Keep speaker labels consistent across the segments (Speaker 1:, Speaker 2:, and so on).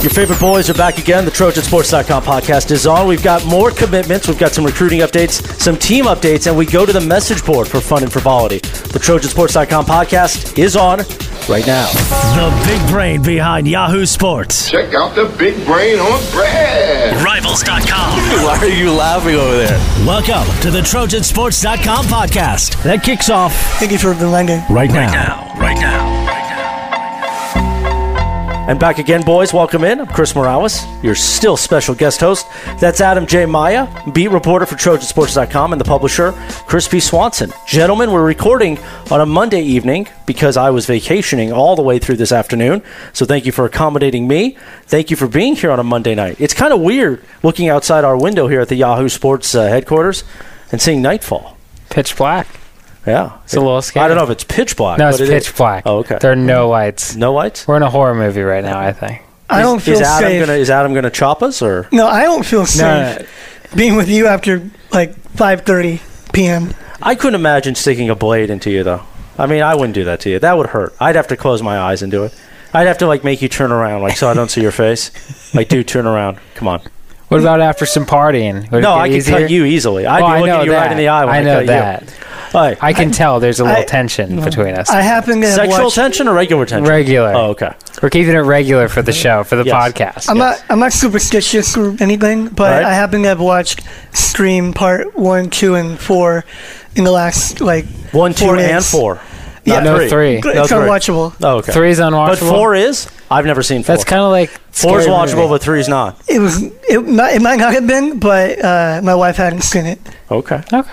Speaker 1: Your favorite boys are back again. The Trojansports.com podcast is on. We've got more commitments. We've got some recruiting updates, some team updates, and we go to the message board for fun and frivolity. The Trojansports.com podcast is on right now.
Speaker 2: The big brain behind Yahoo Sports.
Speaker 3: Check out the big brain on Brad.
Speaker 2: Rivals.com.
Speaker 4: Why are you laughing over there?
Speaker 2: Welcome to the Trojansports.com podcast that kicks off
Speaker 5: Thank you for reminding.
Speaker 2: right now.
Speaker 4: Right now.
Speaker 1: And back again, boys. Welcome in. I'm Chris Morales, your still special guest host. That's Adam J. Maya, beat reporter for Trojansports.com and the publisher, Chris P. Swanson. Gentlemen, we're recording on a Monday evening because I was vacationing all the way through this afternoon. So thank you for accommodating me. Thank you for being here on a Monday night. It's kind of weird looking outside our window here at the Yahoo Sports uh, headquarters and seeing nightfall.
Speaker 6: Pitch black.
Speaker 1: Yeah.
Speaker 6: It's a little scary.
Speaker 1: I don't know if it's pitch black.
Speaker 6: No,
Speaker 1: but
Speaker 6: it's
Speaker 1: it is-
Speaker 6: pitch black.
Speaker 1: Oh, okay.
Speaker 6: There are no lights.
Speaker 1: no lights?
Speaker 6: We're in a horror movie right now, I think.
Speaker 5: I don't feel
Speaker 1: is Adam
Speaker 5: safe.
Speaker 1: Gonna, is Adam going to chop us or?
Speaker 5: No, I don't feel safe
Speaker 6: no, no.
Speaker 5: being with you after like 5:30 p.m.
Speaker 1: I couldn't imagine sticking a blade into you, though. I mean, I wouldn't do that to you. That would hurt. I'd have to close my eyes and do it. I'd have to like make you turn around, like so I don't see your face. Like, dude, turn around. Come on.
Speaker 6: What about after some partying? Would
Speaker 1: No,
Speaker 6: it get
Speaker 1: I could
Speaker 6: easier?
Speaker 1: cut you easily. I'd
Speaker 6: Oh,
Speaker 1: be
Speaker 6: I
Speaker 1: looking
Speaker 6: know
Speaker 1: you right
Speaker 6: that.
Speaker 1: in the eye. When I,
Speaker 6: I know
Speaker 1: cut you.
Speaker 6: that.
Speaker 1: All right.
Speaker 6: I can tell there's a little
Speaker 5: I-
Speaker 6: tension between us.
Speaker 5: I happen to have
Speaker 1: Sexual
Speaker 5: watched.
Speaker 1: tension or regular tension?
Speaker 6: Regular.
Speaker 1: Oh, okay.
Speaker 6: We're keeping it regular for the show, for the
Speaker 1: Yes.
Speaker 6: podcast.
Speaker 5: I'm
Speaker 1: yes.
Speaker 5: not. I'm not superstitious or anything, but
Speaker 1: Alright.
Speaker 5: I happen to have watched Scream Part One, Two, and Four in the last like
Speaker 1: One, two,
Speaker 5: four days.
Speaker 1: and four.
Speaker 5: Yeah.
Speaker 1: Not
Speaker 6: No, three.
Speaker 5: It's
Speaker 1: That's right.
Speaker 5: unwatchable.
Speaker 1: Oh, okay.
Speaker 6: Three's
Speaker 1: But
Speaker 6: unwatchable.
Speaker 1: four is? I've never seen four.
Speaker 6: That's kind of like
Speaker 1: Four's
Speaker 6: Scary
Speaker 1: watchable,
Speaker 6: Movie.
Speaker 1: but three's not.
Speaker 5: It was. It, not, it might not have been, but uh, my wife hadn't seen it.
Speaker 1: Okay.
Speaker 6: Okay.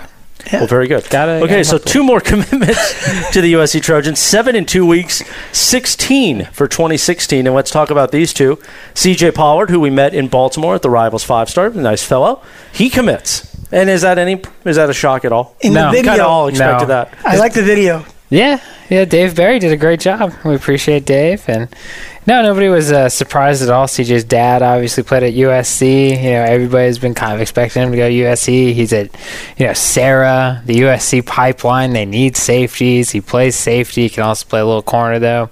Speaker 1: Well, very good.
Speaker 6: Gotta-
Speaker 1: okay,
Speaker 6: gotta
Speaker 1: so
Speaker 6: help
Speaker 1: two more commitments to the USC Trojans. Seven in two weeks, 16 for 2016. And let's talk about these two. CJ Pollard, who we met in Baltimore at the Rivals five star, nice fellow. He commits. And is that any? Is that a shock at all?
Speaker 5: In
Speaker 6: No.
Speaker 5: the
Speaker 1: Kind
Speaker 5: video,
Speaker 1: of all expected
Speaker 6: No.
Speaker 1: that.
Speaker 5: I like the video.
Speaker 6: Yeah, yeah. Dave Barry did a great job. We appreciate Dave, and no, nobody was uh, surprised at all. CJ's dad obviously played at USC. You know, everybody's been kind of expecting him to go to USC. He's at, you know, Sarah, the USC pipeline. They need safeties. He plays safety. He can also play a little corner though.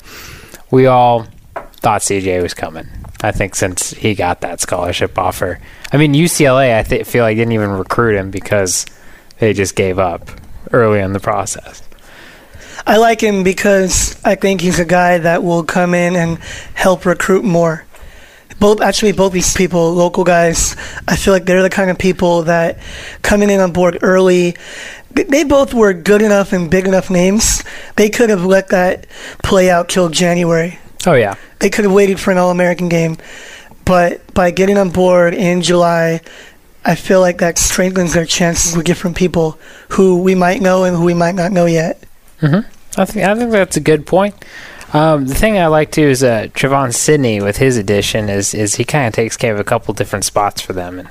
Speaker 6: We all thought CJ was coming. I think since he got that scholarship offer. I mean, UCLA. I th- feel like didn't even recruit him because they just gave up early in the process.
Speaker 5: I like him because I think he's a guy that will come in and help recruit more. Both actually, both these people, local guys, I feel like they're the kind of people that coming in on board early. th- They both were good enough and big enough names. They could have let that play out till January.
Speaker 6: Oh yeah.
Speaker 5: They could have waited for an All-American game, but by getting on board in July, I feel like that strengthens their chances with different people who we might know and who we might not know yet.
Speaker 6: I think I think that's a good point. Um, the thing I like too is uh, Trevon Sidney with his addition is is he kind of takes care of a couple different spots for them, and,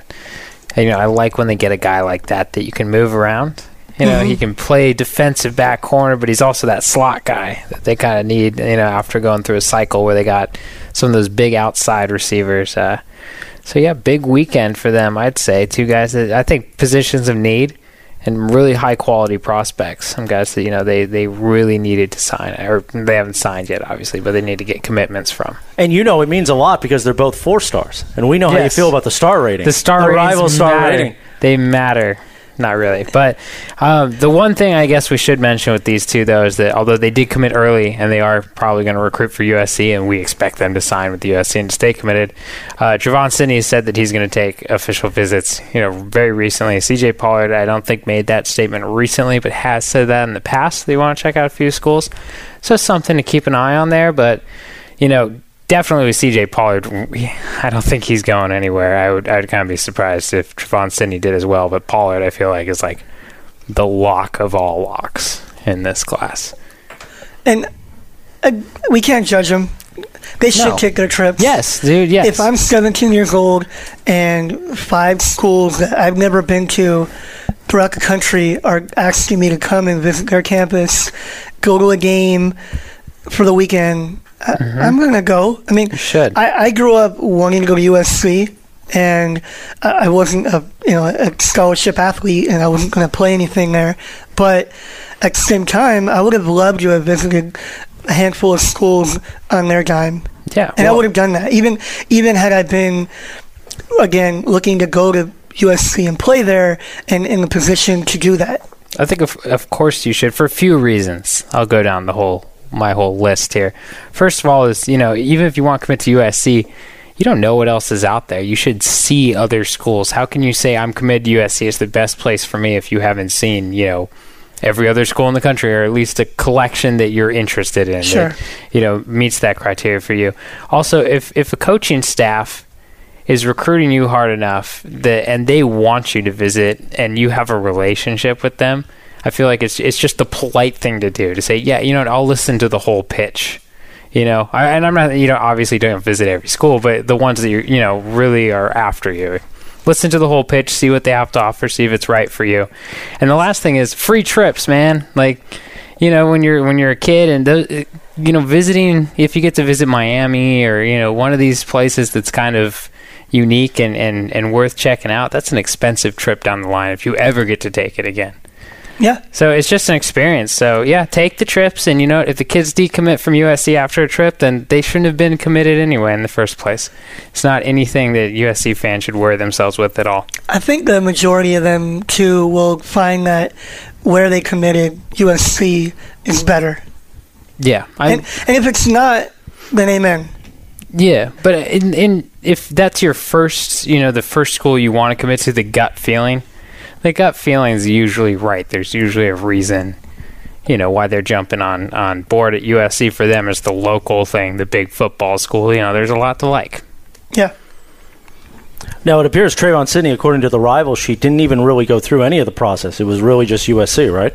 Speaker 6: and, you know I like when they get a guy like that that you can move around. You know he can play defensive back corner, but he's also that slot guy that they kind of need. You know after going through a cycle where they got some of those big outside receivers. Uh, so yeah, big weekend for them. I'd say two guys that I think positions of need and really high quality prospects. Some guys that you know they they really needed to sign, or they haven't signed yet, obviously, but they need to get commitments from.
Speaker 1: And you know it means a lot because they're both four stars, and we know how you
Speaker 6: Yes.
Speaker 1: feel about the star rating.
Speaker 6: The star ratings
Speaker 1: rival star
Speaker 6: matter.
Speaker 1: rating.
Speaker 6: They matter. Not really, but um, the one thing I guess we should mention with these two though is that although they did commit early and they are probably going to recruit for USC and we expect them to sign with USC and stay committed, uh, Javon Sidney has said that he's going to take official visits. You know, very recently, CJ Pollard I don't think made that statement recently, but has said that in the past. They want to check out a few schools, so something to keep an eye on there. But you know, definitely with CJ Pollard, we- I don't think he's going anywhere. I would I would kind of be surprised if Trevon Sidney did as well, but Pollard I feel like is like the lock of all locks in this class.
Speaker 5: And uh, we can't judge them. They should
Speaker 6: No.
Speaker 5: take their trips.
Speaker 6: Yes, dude. Yes.
Speaker 5: If I'm 17 years old and five schools that I've never been to throughout the country are asking me to come and visit their campus, go to a game for the weekend, I, I'm going to go. I mean,
Speaker 6: Mm-hmm. should.
Speaker 5: I, I grew up wanting to go to USC. And I I wasn't a you know a scholarship athlete, and I wasn't going to play anything there. But at the same time, I would have loved to have visited a handful of schools on their dime.
Speaker 6: Yeah,
Speaker 5: and I
Speaker 6: well-
Speaker 5: would have done that even even had I been again looking to go to USC and play there and in the position to do that.
Speaker 6: I think of of course you should for a few reasons. I'll go down the whole my whole list here. First of all is, you know, even if you want to commit to USC, you don't know what else is out there. You should see other schools. How can you say I'm committed to USC is the best place for me if you haven't seen, you know, every other school in the country or at least a collection that you're interested in
Speaker 5: Sure.
Speaker 6: that, you know, meets that criteria for you. Also, if if a coaching staff is recruiting you hard enough that and they want you to visit and you have a relationship with them, I feel like it's it's just the polite thing to do to say, yeah, you know, what, I'll listen to the whole pitch. You know, I, and I'm not, you know, obviously don't visit every school, but the ones that you, you know, really are after you. Listen to the whole pitch, see what they have to offer, see if it's right for you. And the last thing is free trips, man. Like, you know, when you're when you're a kid and those, you know, visiting if you get to visit Miami or you know one of these places that's kind of unique and and and worth checking out, that's an expensive trip down the line if you ever get to take it again.
Speaker 5: Yeah.
Speaker 6: So it's just an experience. So yeah, take the trips, and you know if the kids decommit from USC after a trip, then they shouldn't have been committed anyway in the first place. It's not anything that USC fans should worry themselves with at all.
Speaker 5: I think the majority of them too will find that where they committed USC is better.
Speaker 6: Yeah, I,
Speaker 5: And, and if it's not, then amen.
Speaker 6: Yeah, but in, in if that's your first, you know, the first school you want to commit to, the gut feeling, the gut feeling is usually right. There's usually a reason, you know, why they're jumping on on board at USC. For them, is the local thing, the big football school. You know, there's a lot to like.
Speaker 5: Yeah.
Speaker 1: Now it appears Trayvon Sidney, according to the rival sheet, didn't even really go through any of the process. It was really just USC, right?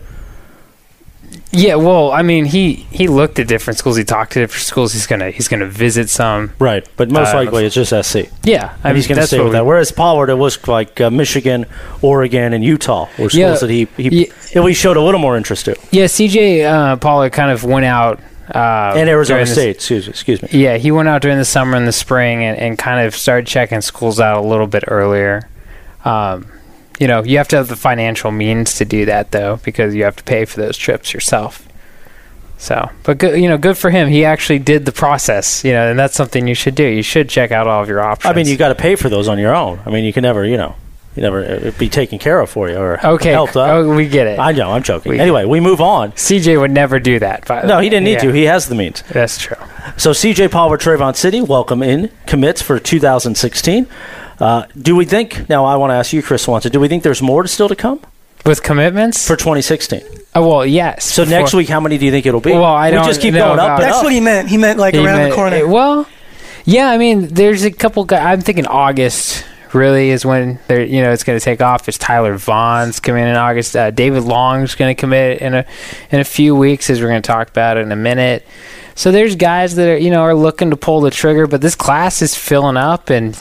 Speaker 6: Yeah, well, I mean, he he looked at different schools. He talked to different schools. He's gonna he's gonna visit some.
Speaker 1: Right, but most
Speaker 6: Uh,
Speaker 1: likely it's just SC.
Speaker 6: Yeah, I
Speaker 1: And he's going to
Speaker 6: that's
Speaker 1: stay
Speaker 6: what
Speaker 1: with
Speaker 6: we-
Speaker 1: that. Whereas Pollard, it was like uh, Michigan, Oregon, and Utah were schools
Speaker 6: Yeah.
Speaker 1: that he, he
Speaker 6: Ye-
Speaker 1: at least showed a little more interest to.
Speaker 6: Yeah, CJ uh, Pollard kind of went out. Uh,
Speaker 1: And Arizona
Speaker 6: during this-
Speaker 1: State, excuse, excuse me.
Speaker 6: Yeah, he went out during the summer and the spring and, and kind of started checking schools out a little bit earlier. Um, you know, you have to have the financial means to do that though, because you have to pay for those trips yourself. So, but good, you know, good for him. He actually did the process, you know, and that's something you should do. You should check out all of your options.
Speaker 1: I mean, you got to pay for those on your own. I mean, you can never, you know, you never uh, it'd be taken care of for you or
Speaker 6: okay?
Speaker 1: helped out.
Speaker 6: Oh, we get it.
Speaker 1: I know, I'm joking.
Speaker 6: We-
Speaker 1: anyway, we move on.
Speaker 6: CJ would never do that. By the
Speaker 1: No,
Speaker 6: way.
Speaker 1: he didn't need
Speaker 6: Yeah,
Speaker 1: to. He has the means.
Speaker 6: that's true.
Speaker 1: So CJ Pollard, Trayvon City, welcome in commits for 2016. Uh, do we think now? I want to ask you, Chris Swanson. Do we think there's more still to come
Speaker 6: With commitments,
Speaker 1: for 2016?
Speaker 6: oh, well, yes.
Speaker 1: So next
Speaker 6: for-
Speaker 1: week, how many do you think it'll be?
Speaker 6: Well, I
Speaker 1: we
Speaker 6: don't
Speaker 1: just keep
Speaker 6: know
Speaker 1: going up
Speaker 6: about-
Speaker 1: and
Speaker 5: That's
Speaker 1: up.
Speaker 5: what he meant. He meant like
Speaker 6: He
Speaker 5: around
Speaker 6: meant-
Speaker 5: the corner.
Speaker 6: eh, Well, yeah, I mean, there's a couple guys. I'm thinking August really is when they're you know it's going to take off. Is Tyler Vaughn's coming in August? Uh, David Long's going to commit in a in a few weeks, as we're going to talk about in a minute. So there's guys that are you know are looking to pull the trigger, but this class is filling up and.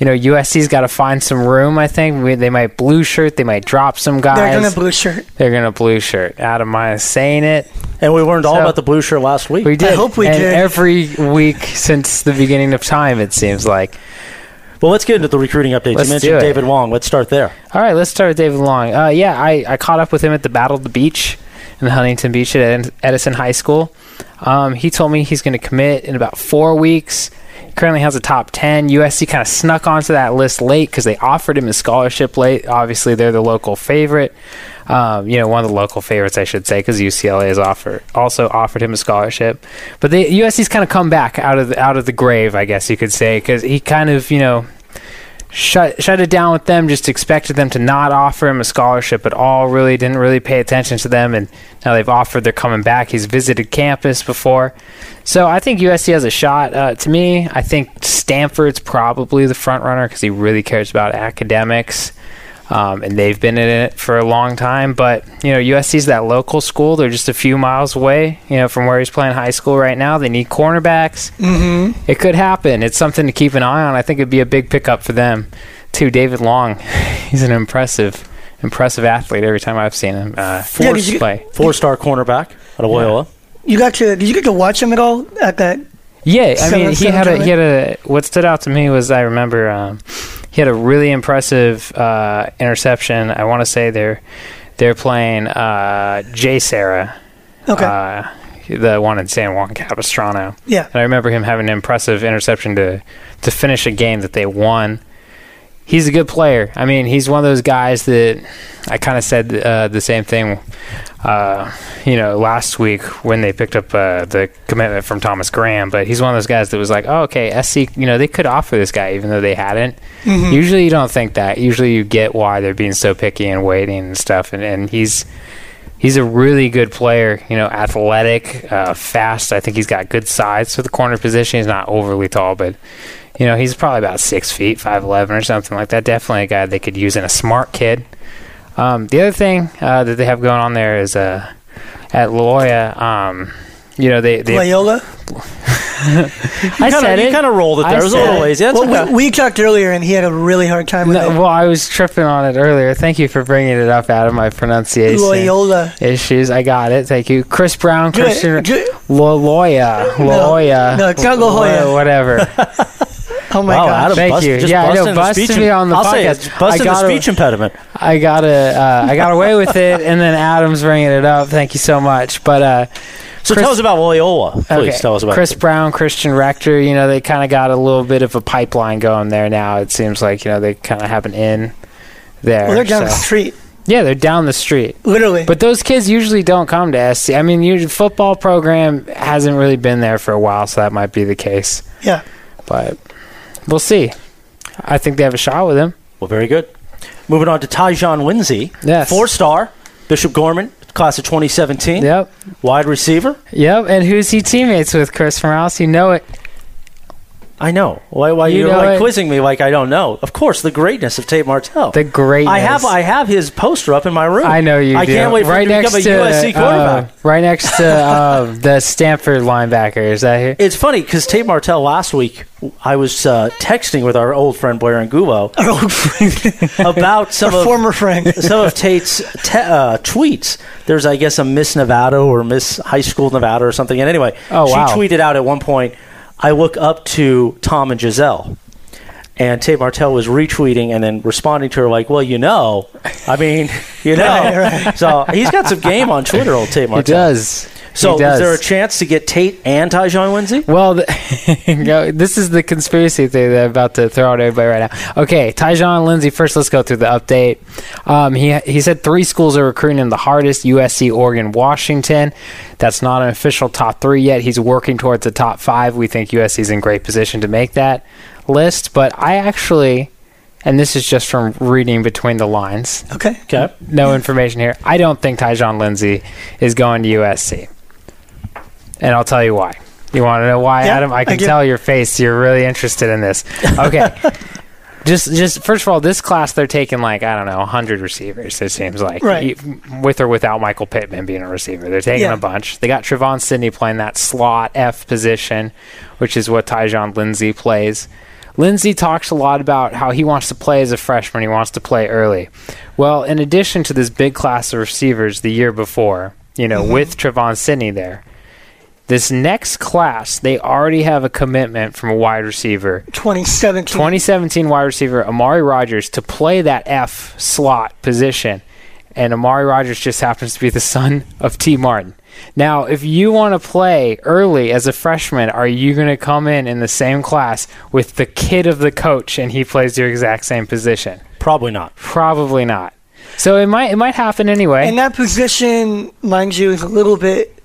Speaker 6: You know, USC's got to find some room. I think We- they might blue shirt. They might drop some guys.
Speaker 5: They're gonna blue shirt.
Speaker 6: They're gonna blue shirt. Adam Myers saying it.
Speaker 1: and we learned all
Speaker 6: So-
Speaker 1: about the blue shirt last week.
Speaker 6: We did.
Speaker 5: hope we
Speaker 6: and
Speaker 5: did.
Speaker 6: Every week since the beginning of time, it seems like.
Speaker 1: well, let's get into the recruiting updates.
Speaker 6: Let's
Speaker 1: you
Speaker 6: do
Speaker 1: mentioned
Speaker 6: it.
Speaker 1: David Wong. Let's start there.
Speaker 6: All right, let's start with David Long. Uh, yeah, I, I caught up with him at the Battle of the Beach in Huntington Beach at Ed- Edison High School. Um, he told me he's going to commit in about four weeks. He currently has a top 10. USC kind of snuck onto that list late because they offered him a scholarship late. Obviously, they're the local favorite. Um, you know, one of the local favorites, I should say, because UCLA has offer, also offered him a scholarship. But they, USC's kind of come back out of the, out of the grave, I guess you could say, because he kind of, you know, shut shut it down with them. Just expected them to not offer him a scholarship at all. Really didn't really pay attention to them, and now they've offered. They're coming back. He's visited campus before, so I think USC has a shot. Uh, to me, I think Stanford's probably the front runner because he really cares about academics. Um, and they've been in it for a long time, but you know USC's that local school. They're just a few miles away, you know, from where he's playing high school right now. They need cornerbacks.
Speaker 5: Mm-hmm.
Speaker 6: It could happen. It's something to keep an eye on. I think it'd be a big pickup for them. Too, David Long. He's an impressive, impressive athlete every time I've seen him uh,
Speaker 5: Yeah, did
Speaker 6: force
Speaker 5: you-
Speaker 6: play.
Speaker 1: Four-star cornerback out of Loyola.
Speaker 5: You got to? Did you get to watch him at all at that?
Speaker 6: Yeah, I
Speaker 5: Seven-
Speaker 6: mean, he
Speaker 5: seven
Speaker 6: had a
Speaker 5: drive?
Speaker 6: he had a. What stood out to me was I remember um, he had a really impressive uh, interception. I want to say they're they're playing uh, Jay Sarah.
Speaker 5: Okay.
Speaker 6: Uh, the one in San Juan Capistrano.
Speaker 5: Yeah.
Speaker 6: And I remember him having an impressive interception to to finish a game that they won. He's a good player. I mean, he's one of those guys that I kind of said uh, the same thing, uh, you know, last week when they picked up uh, the commitment from Thomas Graham. But he's one of those guys that was like, oh, okay, SC, you know, they could offer this guy even though they hadn't.
Speaker 5: Mm-hmm.
Speaker 6: Usually you don't think that. Usually you get why they're being so picky and waiting and stuff. And, and he's he's a really good player. You know, athletic, uh, fast. I think he's got good size for the corner position. He's not overly tall, but you know, he's probably about six feet, five eleven or something like that. Definitely a guy they could use in a smart kid. Um, the other thing uh, that they have going on there is uh, at Loyola. Um, you know, they, they
Speaker 5: Loyola.
Speaker 6: I
Speaker 1: kinda,
Speaker 6: said
Speaker 1: you
Speaker 6: it.
Speaker 1: kind of rolled it
Speaker 6: I
Speaker 1: there. It was a
Speaker 6: said
Speaker 1: little
Speaker 6: it.
Speaker 1: lazy. That's
Speaker 5: Well,
Speaker 1: okay.
Speaker 5: we, we talked earlier, and he had a really hard time with
Speaker 6: No,
Speaker 5: it.
Speaker 6: well, I was tripping on it earlier. Thank you for bringing it up out of my pronunciation.
Speaker 5: Loyola.
Speaker 6: issues. I got it. Thank you, Chris Brown,
Speaker 5: Good,
Speaker 6: Christian
Speaker 5: good.
Speaker 6: Loya, Loya.
Speaker 5: no, it's not La Jolla.
Speaker 6: Whatever.
Speaker 5: Oh my
Speaker 1: wow,
Speaker 5: gosh.
Speaker 1: Adam
Speaker 6: Thank
Speaker 1: bust-
Speaker 6: you.
Speaker 1: just
Speaker 6: Yeah, I know,
Speaker 1: busted the
Speaker 6: busted
Speaker 1: speech
Speaker 6: me
Speaker 1: im-
Speaker 6: on the
Speaker 1: I'll say
Speaker 6: podcast.
Speaker 1: it's
Speaker 6: I
Speaker 1: busted the
Speaker 6: gotta-
Speaker 1: speech impediment.
Speaker 6: I got a, uh, I got away with it, and then Adam's bringing it up. Thank you so much. But uh,
Speaker 1: So
Speaker 6: Chris-
Speaker 1: tell us about Loyola, please.
Speaker 6: okay,
Speaker 1: Tell us about
Speaker 6: Chris
Speaker 1: it.
Speaker 6: Brown, Christian Rector. You know, they kind of got a little bit of a pipeline going there now. It seems like you know they kind of have an in there.
Speaker 5: Well, they're down the
Speaker 6: so-
Speaker 5: street,
Speaker 6: Yeah, they're down the street.
Speaker 5: literally.
Speaker 6: But those kids usually don't come to SC. I mean, your football program hasn't really been there for a while, so that might be the case.
Speaker 5: yeah.
Speaker 6: But we'll see. I think they have a shot with him.
Speaker 1: Well, very good. Moving on to Tyjon Winsey,
Speaker 6: Yes.
Speaker 1: four-star Bishop Gorman, class of 2017,
Speaker 6: Yep.
Speaker 1: wide receiver.
Speaker 6: Yep. And who's he teammates with? Chris Morales. You know it.
Speaker 1: I know. Why? Why
Speaker 6: You
Speaker 1: you are
Speaker 6: know
Speaker 1: like
Speaker 6: it.
Speaker 1: quizzing me like I don't know? Of course, the greatness of Tate Martell.
Speaker 6: The greatness.
Speaker 1: I have. I have his poster up in my room.
Speaker 6: I know you
Speaker 1: Oh, I
Speaker 6: do.
Speaker 1: can't wait for
Speaker 6: right
Speaker 1: him to
Speaker 6: next
Speaker 1: become a
Speaker 6: to,
Speaker 1: USC quarterback.
Speaker 6: uh, right next to uh, the Stanford linebacker. Is that here?
Speaker 1: it's funny because Tate Martell last week, I was uh, texting with our old friend Blair and Gubo about some
Speaker 5: Our
Speaker 1: of
Speaker 5: former friend.
Speaker 1: some of Tate's te- uh, tweets. There's, I guess, a Miss Nevada or Miss High School Nevada or something. And anyway,
Speaker 6: Oh,
Speaker 1: she
Speaker 6: wow.
Speaker 1: tweeted out at one point, I look up to Tom and Giselle. And Tate Martell was retweeting and then responding to her like, "Well, you know, I mean, you know." So he's got some game on Twitter, old Tate
Speaker 6: He
Speaker 1: Martell.
Speaker 6: does.
Speaker 1: So
Speaker 6: he does.
Speaker 1: is there a chance to get Tate and Tyjon Lindsay?
Speaker 6: Well, the, no, this is the conspiracy theory that I'm about to throw at everybody right now. Okay, Tyjon Lindsey. First, let's go through the update. Um, he he said three schools are recruiting him the hardest: USC, Oregon, Washington. That's not an official top three yet. He's working towards the top five. We think USC's in great position to make that list. But I actually, and this is just from reading between the lines,
Speaker 5: Okay.
Speaker 1: Okay.
Speaker 6: no information here. I don't think Tyjon Lindsey is going to USC. And I'll tell you why. You want to know why,
Speaker 5: Yeah,
Speaker 6: Adam? I
Speaker 5: I
Speaker 6: can
Speaker 5: do.
Speaker 6: tell your face. You're really interested in this. Okay. just, just first of all, this class they're taking like I don't know, 100 receivers. It seems like,
Speaker 5: Right.
Speaker 6: E- with or without Michael Pittman being a receiver, they're taking
Speaker 5: Yeah.
Speaker 6: a bunch. They got Trevon Sidney playing that slot F position, which is what Tyjon Lindsey plays. Lindsey talks a lot about how he wants to play as a freshman. He wants to play early. Well, in addition to this big class of receivers the year before, you know, with Trevon Sidney there, this next class, they already have a commitment from a wide receiver.
Speaker 5: 2017.
Speaker 6: 2017 wide receiver Amari Rogers to play that F slot position. And Amari Rogers just happens to be the son of T. Martin. Now, if you want to play early as a freshman, are you going to come in in the same class with the kid of the coach and he plays your exact same position?
Speaker 1: Probably not.
Speaker 6: Probably not. So it might it might happen anyway.
Speaker 5: And that position, mind you, is a little bit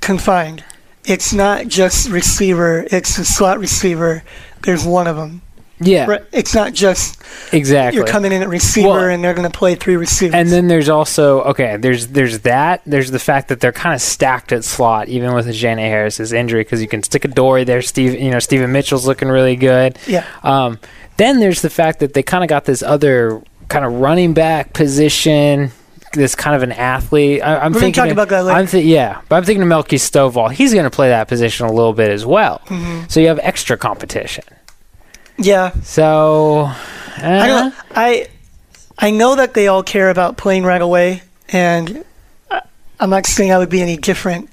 Speaker 5: confined. It's not just receiver, it's a slot receiver. There's one of them.
Speaker 6: yeah,
Speaker 5: It's not just
Speaker 6: exactly.
Speaker 5: you're coming in at receiver
Speaker 6: Well-
Speaker 5: and they're going to play three receivers.
Speaker 6: And then there's also okay. There's there's that. There's the fact that they're kind of stacked at slot, even with Jana Harris's injury, because you can stick a Dory there. Steve, you know, Stephen Mitchell's looking really good.
Speaker 5: Yeah.
Speaker 6: Um, then there's the fact that they kind of got this other kind of running back position. This kind of an athlete. I, I'm
Speaker 5: We're gonna
Speaker 6: thinking
Speaker 5: talk about that later.
Speaker 6: I'm thi- yeah, but I'm thinking of Melky Stovall. He's going to play that position a little bit as well.
Speaker 5: Mm-hmm.
Speaker 6: So you have extra competition.
Speaker 5: yeah.
Speaker 6: So
Speaker 5: I
Speaker 6: uh,
Speaker 5: don't. I I know that they all care about playing right away, and I- I'm not saying I would be any different,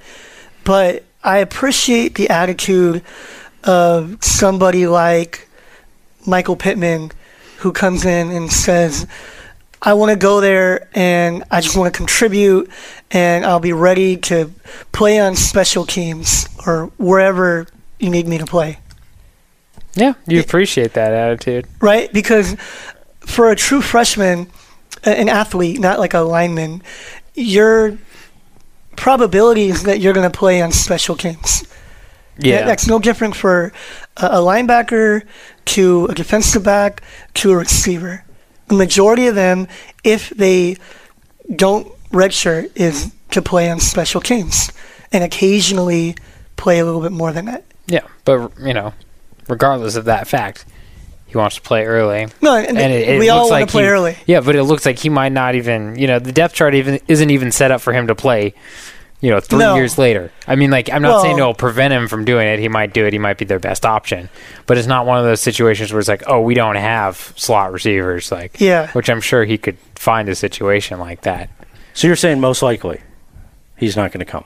Speaker 5: but I appreciate the attitude of somebody like Michael Pittman, who comes in and says, I want to go there and I just want to contribute and I'll be ready to play on special teams or wherever you need me to play.
Speaker 6: Yeah, you appreciate that attitude.
Speaker 5: right? Because for a true freshman, a- an athlete, not like a lineman, your probability is that you're going to play on special teams. That- That's no different for a, a linebacker to a defensive back to a receiver. The majority of them, if they don't redshirt, is to play on special teams and occasionally play a little bit more than that.
Speaker 6: Yeah, but you know, regardless of that fact, he wants to play early.
Speaker 5: No, and, we all want to play
Speaker 6: he,
Speaker 5: early.
Speaker 6: Yeah, but it looks like he might not even. You know, the depth chart even isn't even set up for him to play. You know, three
Speaker 5: No.
Speaker 6: years later. I mean, like I'm not saying
Speaker 5: Well-
Speaker 6: it'll prevent him from doing it. He might do it. He might be their best option. But it's not one of those situations where it's like, oh, we don't have slot receivers. Like,
Speaker 5: Yeah.
Speaker 6: which I'm sure he could find a situation like that.
Speaker 1: So you're saying most likely he's not going to come.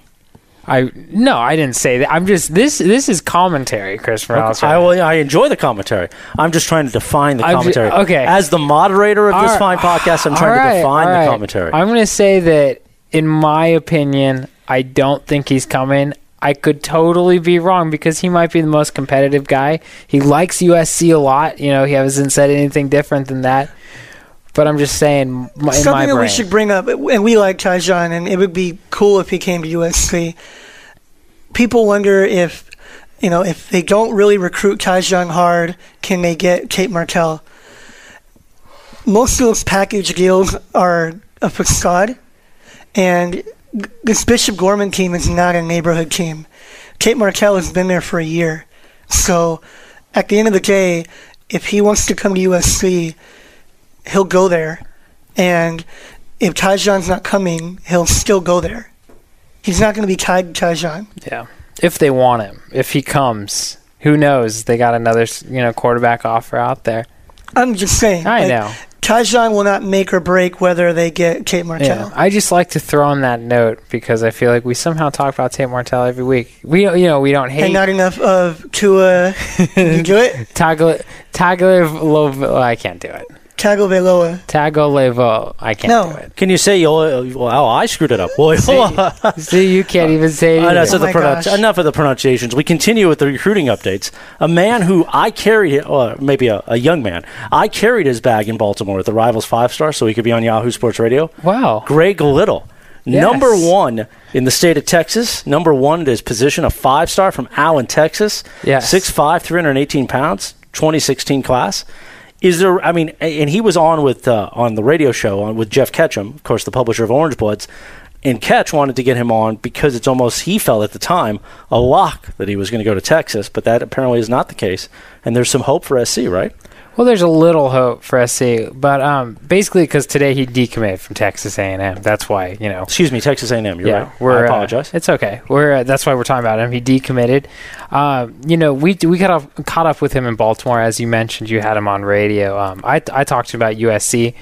Speaker 6: I no, I didn't say that. I'm just this. This is commentary, Chris Morales.
Speaker 1: I, will- I enjoy the commentary. I'm just trying to define the
Speaker 6: I'm ju-
Speaker 1: commentary.
Speaker 6: okay.
Speaker 1: As the moderator of this
Speaker 6: All
Speaker 1: fine
Speaker 6: right.
Speaker 1: podcast, I'm
Speaker 6: All
Speaker 1: trying
Speaker 6: right,
Speaker 1: to define
Speaker 6: all
Speaker 1: the
Speaker 6: right.
Speaker 1: commentary.
Speaker 6: I'm going to say that, in my opinion, I don't think he's coming. I could totally be wrong because he might be the most competitive guy. He likes USC a lot. You know, he hasn't said anything different than that. But I'm just saying, m- in my
Speaker 5: Something that
Speaker 6: brain,
Speaker 5: we should bring up, and we like Tajon, and it would be cool if he came to USC. People wonder if, you know, if they don't really recruit Tajon hard, can they get Tate Martell? Most of those package deals are a facade, and this Bishop Gorman team is not a neighborhood team. Tate Martell has been there for a year. So at the end of the day, if he wants to come to USC, he'll go there. And if Tajon's not coming, he'll still go there. He's not going to be tied to Tajon.
Speaker 6: yeah. If they want him, if he comes, who knows? They got another, s- you know, quarterback offer out there.
Speaker 5: I'm just saying.
Speaker 6: I know.
Speaker 5: Tajon will not make or break whether they get Tate Martell.
Speaker 6: Yeah, I just like to throw in that note because I feel like we somehow talk about Tate Martell every week. We don't, you know, we don't hate
Speaker 5: And not enough of Tua. Can you do it?
Speaker 6: Tagli- Tagliavolo. oh, I can't do it.
Speaker 5: Tagoveloa.
Speaker 6: Tagolevo. I can't
Speaker 5: No.
Speaker 6: do it.
Speaker 1: Can you say, "Yo- well, I screwed it up? Well,
Speaker 6: See, you can't even say it.
Speaker 1: I know,
Speaker 6: either.
Speaker 1: so
Speaker 5: Oh
Speaker 1: the
Speaker 5: my
Speaker 1: pronunci-
Speaker 5: gosh.
Speaker 1: enough of the pronunciations. We continue with the recruiting updates. A man who I carried, or maybe a, a young man, I carried his bag in Baltimore at the Rivals Five Star so he could be on Yahoo Sports Radio.
Speaker 6: Wow.
Speaker 1: Greg Little.
Speaker 6: Yes.
Speaker 1: Number one in the state of Texas. Number one at his position, a five star from Allen, Texas.
Speaker 6: Yes.
Speaker 1: 6'5, 318 pounds, 2016 class. Is there, I mean, a- and he was on with, uh, on the radio show on, with Jeff Ketchum, of course, the publisher of Orange Bloods. And Ketch wanted to get him on because it's almost, he felt at the time, a lock that he was going to go to Texas, but that apparently is not the case. And there's some hope for SC, right?
Speaker 6: Well, there's a little hope for SC, but um, basically because today he decommitted from Texas A&M. That's why you know
Speaker 1: Excuse me, Texas A&M, you're
Speaker 6: yeah,
Speaker 1: right.
Speaker 6: we're,
Speaker 1: I
Speaker 6: uh,
Speaker 1: apologize.
Speaker 6: it's okay. We're uh, that's why we're talking about him. He decommitted. Uh, you know, we we got off, caught up with him in Baltimore, as you mentioned. You had him on radio. Um, I I talked to him about USC.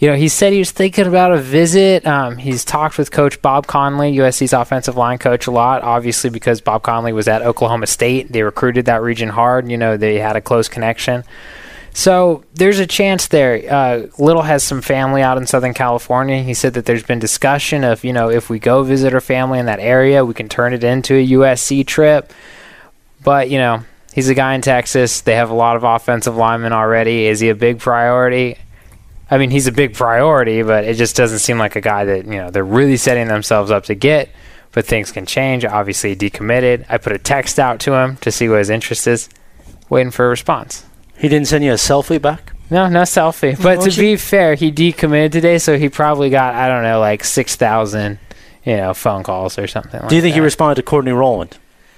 Speaker 6: You know, he said he was thinking about a visit. Um, he's talked with Coach Bob Conley, USC's offensive line coach, a lot, obviously because Bob Conley was at Oklahoma State. They recruited that region hard. You know, they had a close connection. So there's a chance there. Uh, Little has some family out in Southern California. He said that there's been discussion of, you know, if we go visit our family in that area, we can turn it into a USC trip. But, you know, he's a guy in Texas. They have a lot of offensive linemen already. Is he a big priority? I mean, he's a big priority, but it just doesn't seem like a guy that, you know, they're really setting themselves up to get. But things can change. Obviously, he decommitted. I put a text out to him to see what his interest is, waiting for a response.
Speaker 1: he didn't send you a selfie back?
Speaker 6: No, no selfie. But
Speaker 5: Won't
Speaker 6: to be fair, he decommitted today, so he probably got I don't know like six thousand, you know, phone calls or something.
Speaker 1: Do you think he responded to Courtney Rowland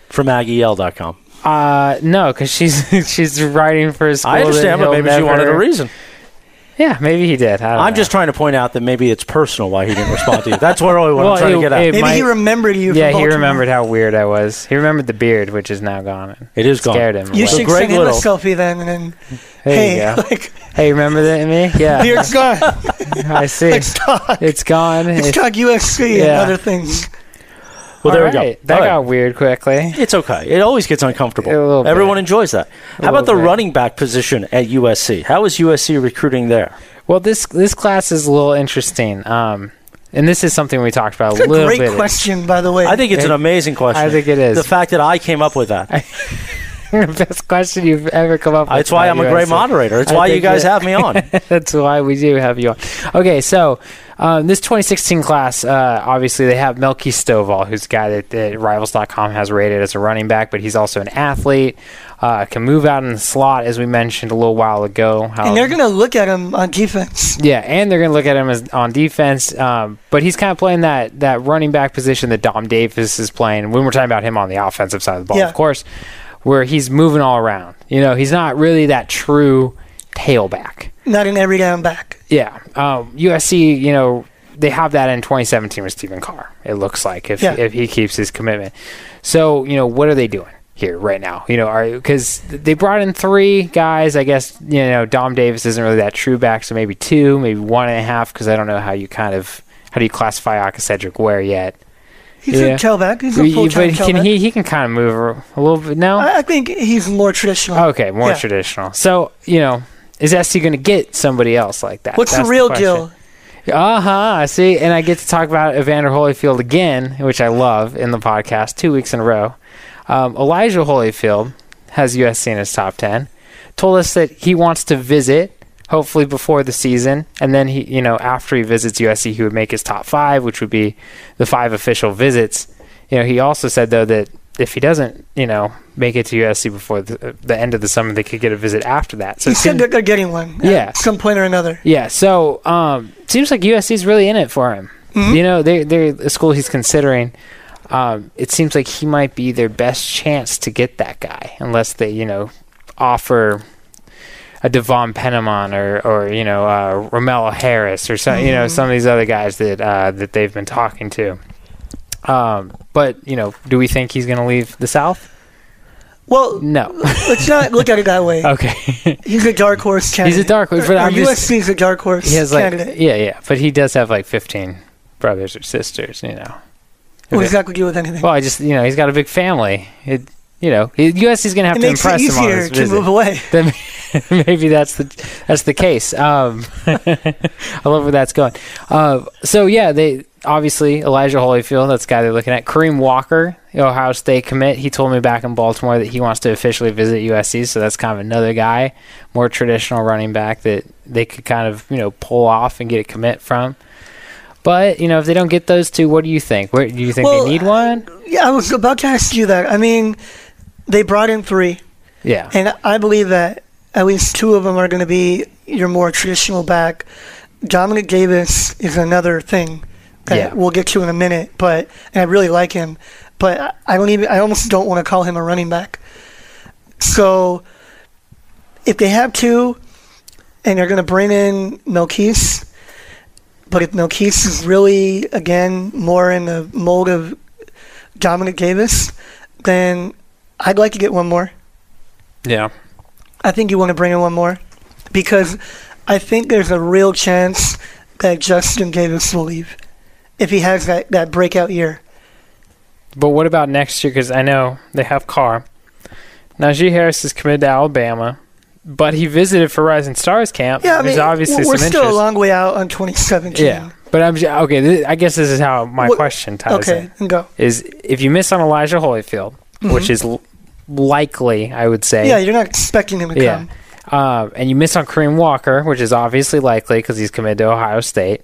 Speaker 1: from E AggieL.com?
Speaker 6: he? Uh, no, because she's she's writing for his. School
Speaker 1: I understand,
Speaker 6: that
Speaker 1: but
Speaker 6: he'll
Speaker 1: maybe she wanted a
Speaker 6: never-
Speaker 1: reason.
Speaker 6: Yeah, maybe he did. I don't
Speaker 1: I'm
Speaker 6: know.
Speaker 1: just trying to point out that maybe it's personal why he didn't respond to you. That's what, really what
Speaker 6: Well,
Speaker 1: I'm trying
Speaker 6: it-
Speaker 1: to get at.
Speaker 6: it
Speaker 5: Maybe he
Speaker 6: might-
Speaker 5: remembered you.
Speaker 6: Yeah,
Speaker 5: from
Speaker 6: he
Speaker 5: Baltimore.
Speaker 6: remembered how weird I was. He remembered the beard, which is now gone.
Speaker 1: it is gone.
Speaker 6: Scared him.
Speaker 5: You
Speaker 6: away.
Speaker 1: So
Speaker 5: should
Speaker 1: Greg
Speaker 5: send him
Speaker 1: Little-
Speaker 5: a selfie then, and then
Speaker 6: There
Speaker 5: hey,
Speaker 6: you go.
Speaker 5: like
Speaker 6: hey, remember that me? Yeah,
Speaker 5: beard's gone.
Speaker 6: I see.
Speaker 5: Let's talk.
Speaker 6: It's gone.
Speaker 5: Let's
Speaker 6: It-
Speaker 5: talk USC and
Speaker 6: Yeah.
Speaker 5: other things.
Speaker 1: Well, there
Speaker 6: All
Speaker 1: we
Speaker 6: right,
Speaker 1: go.
Speaker 6: That
Speaker 1: All right.
Speaker 6: got weird quickly.
Speaker 1: It's okay. It always gets
Speaker 6: A little
Speaker 1: uncomfortable.
Speaker 6: bit.
Speaker 1: Everyone enjoys that. How about the
Speaker 6: little bit.
Speaker 1: running back position at USC? How is USC recruiting there?
Speaker 6: Well, this this class is a little interesting, um, and this is something we talked about
Speaker 5: It's a
Speaker 6: a little
Speaker 5: great
Speaker 6: bit.
Speaker 5: question, by the way.
Speaker 1: I think it's an
Speaker 6: It-
Speaker 1: amazing question.
Speaker 6: I think it is.
Speaker 1: The fact that I came up with that.
Speaker 6: Best question you've ever come up with.
Speaker 1: That's why
Speaker 6: about
Speaker 1: I'm a great
Speaker 6: USC.
Speaker 1: moderator. It's
Speaker 6: I
Speaker 1: why you
Speaker 6: think
Speaker 1: guys have
Speaker 6: that-
Speaker 1: me on.
Speaker 6: That's why we do have you on. Okay, so um, this 2016 class, uh, obviously they have Melky Stovall, who's a guy that, that Rivals.com has rated as a running back, but he's also an athlete, uh, can move out in the slot, as we mentioned a little while ago. How,
Speaker 5: and they're going to look at him on defense.
Speaker 6: yeah, and they're going to look at him as on defense, um, but he's kind of playing that that running back position that Dom Davis is playing. When we're talking about him on the offensive side of the ball,
Speaker 5: Yeah.
Speaker 6: of course, where he's moving all around. You know, he's not really that true tailback.
Speaker 5: Not an every down back.
Speaker 6: Yeah. Um, USC, you know, they have that in 2017 with Stephen Carr, it looks like, if,
Speaker 5: Yeah.
Speaker 6: if he keeps his commitment. So, you know, what are they doing here right now? You know, because they brought in three guys. I guess, you know, Dom Davis isn't really that true back, so maybe two, maybe one and a half, because I don't know how you kind of, how do you classify Aka Cedric Ware yet?
Speaker 5: He's
Speaker 6: Yeah.
Speaker 5: a tailback. He's a
Speaker 6: We-
Speaker 5: full
Speaker 6: but
Speaker 5: time
Speaker 6: can
Speaker 5: tailback.
Speaker 6: he, he can kind of move a- a little bit now?
Speaker 5: I I think he's more traditional.
Speaker 6: Okay, more
Speaker 5: Yeah.
Speaker 6: traditional. So, you know, is SC going to get somebody else like that?
Speaker 5: What's
Speaker 6: That's
Speaker 5: the real
Speaker 6: question.
Speaker 5: deal?
Speaker 6: Uh huh. See, and I get to talk about Evander Holyfield again, which I love in the podcast, two weeks in a row. Um, Elijah Holyfield has USC in his top ten. Told us that he wants to visit, hopefully before the season, and then he, you know, after he visits USC, he would make his top five, which would be the five official visits. You know, he also said though that if he doesn't, you know, make it to USC before the, the end of the summer, they could get a visit after that. So
Speaker 5: He
Speaker 6: it
Speaker 5: said
Speaker 6: seemed-
Speaker 5: that they're getting one.
Speaker 6: Yeah.
Speaker 5: At some point or another.
Speaker 6: yeah, so um, seems like USC's really in it for him. You know, they they're a school he's considering. Um, it seems like he might be their best chance to get that guy, unless they you know offer a Devon Penamon or or you know uh, Romello Harris or some you know some of these other guys that uh, that they've been talking to. Um, but you know, do we think he's going to leave the South?
Speaker 5: Well,
Speaker 6: No.
Speaker 5: let's not look at it that way.
Speaker 6: okay.
Speaker 5: He's a dark horse candidate.
Speaker 6: dark horse, but
Speaker 5: Or
Speaker 6: I'm just-
Speaker 5: USC's a dark horse
Speaker 6: He has like
Speaker 5: candidate.
Speaker 6: yeah, yeah, but he does have like 15 brothers or sisters, you know.
Speaker 5: What does that have to do with anything?
Speaker 6: Well, I just you know he's got a big family. It you know he, USC's gonna have
Speaker 5: it
Speaker 6: to
Speaker 5: makes it
Speaker 6: impress him on
Speaker 5: easier
Speaker 6: this
Speaker 5: to
Speaker 6: visit.
Speaker 5: move away.
Speaker 6: Then maybe that's the that's the case. Um, I love where that's going. Uh, so yeah, they obviously Elijah Holyfield. That's the guy they're looking at. Kareem Walker, the Ohio State commit. He told me back in Baltimore that he wants to officially visit USC. So that's kind of another guy, more traditional running back that they could kind of you know pull off and get a commit from. But you know, if they don't get those two, what do you think? Where, do you think
Speaker 5: Well,
Speaker 6: they need one?
Speaker 5: Yeah, I was about to ask you that. I mean, they brought in three,
Speaker 6: Yeah,
Speaker 5: and I believe that at least two of them are going to be your more traditional back. Dominic Davis is another thing that
Speaker 6: Yeah.
Speaker 5: we'll get to in a minute, but and I really like him, but I- I don't even I almost don't want to call him a running back. So if they have two, and they're going to bring in Melquise, but if Melquise is really again more in the mold of Dominic Davis, then I'd like to get one more.
Speaker 6: yeah.
Speaker 5: I think you want to bring in one more because I think there's a real chance that Justin Davis will leave if he has that, that breakout year.
Speaker 6: But what about next year? Because I know they have Carr. Najee Harris is committed to Alabama, but he visited for Rising Stars camp.
Speaker 5: Yeah, I
Speaker 6: There's
Speaker 5: mean,
Speaker 6: obviously
Speaker 5: we're
Speaker 6: some
Speaker 5: still
Speaker 6: interest.
Speaker 5: a long way out on 2017.
Speaker 6: yeah, but I'm j- okay. Th- I guess this is how my
Speaker 5: What-
Speaker 6: question ties
Speaker 5: Okay,
Speaker 6: in:
Speaker 5: and go. Mm-hmm.
Speaker 6: is if you miss on Elijah Holyfield, which is l- likely, I would say.
Speaker 5: Yeah, you're not expecting him to
Speaker 6: yeah.
Speaker 5: come.
Speaker 6: Uh, and you miss on Kareem Walker, which is obviously likely because he's committed to Ohio State.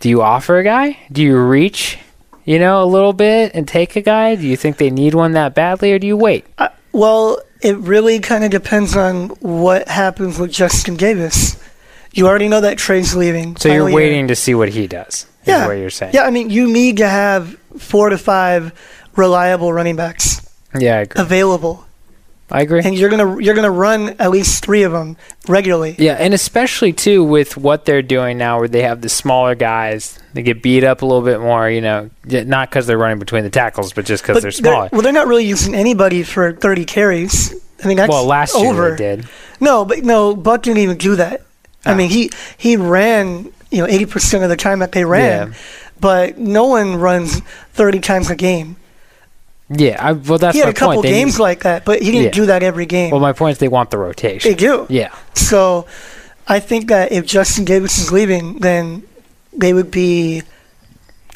Speaker 6: Do you offer a guy? Do you reach, you know, a little bit and take a guy? Do you think they need one that badly, or do you wait?
Speaker 5: I, well, it really kind of depends on what happens with Justin Davis. You already know that Trey's leaving.
Speaker 6: So you're
Speaker 5: final year.
Speaker 6: waiting to see what he does. Is
Speaker 5: uh, Yeah.
Speaker 6: what you're saying.
Speaker 5: Yeah, I mean, you need to have four to five reliable running backs
Speaker 6: Yeah, I agree.
Speaker 5: available.
Speaker 6: I agree.
Speaker 5: Um, and you're gonna you're gonna run at least three of them regularly.
Speaker 6: Yeah, and especially too with what they're doing now, where they have the smaller guys, they get beat up a little bit more. You know, yeah, not because they're running between the tackles, but just because
Speaker 5: But
Speaker 6: they're smaller.
Speaker 5: well, they're not really using anybody for 30 carries. I mean, that's
Speaker 6: well, last year
Speaker 5: over.
Speaker 6: they did. Ah.
Speaker 5: No, but no, Buck didn't even do that. I mean, he he ran you know 80 percent of the time that they ran,
Speaker 6: Yeah.
Speaker 5: but no one runs 30 times a game.
Speaker 6: Yeah, I, well, that's
Speaker 5: He had
Speaker 6: my
Speaker 5: a couple
Speaker 6: point. They
Speaker 5: games
Speaker 6: need-
Speaker 5: like that, but he didn't
Speaker 6: Yeah.
Speaker 5: do that every game.
Speaker 6: Well, my point is they want the rotation.
Speaker 5: they do.
Speaker 6: Yeah.
Speaker 5: So I think that if Justin Davis is leaving, then they would be,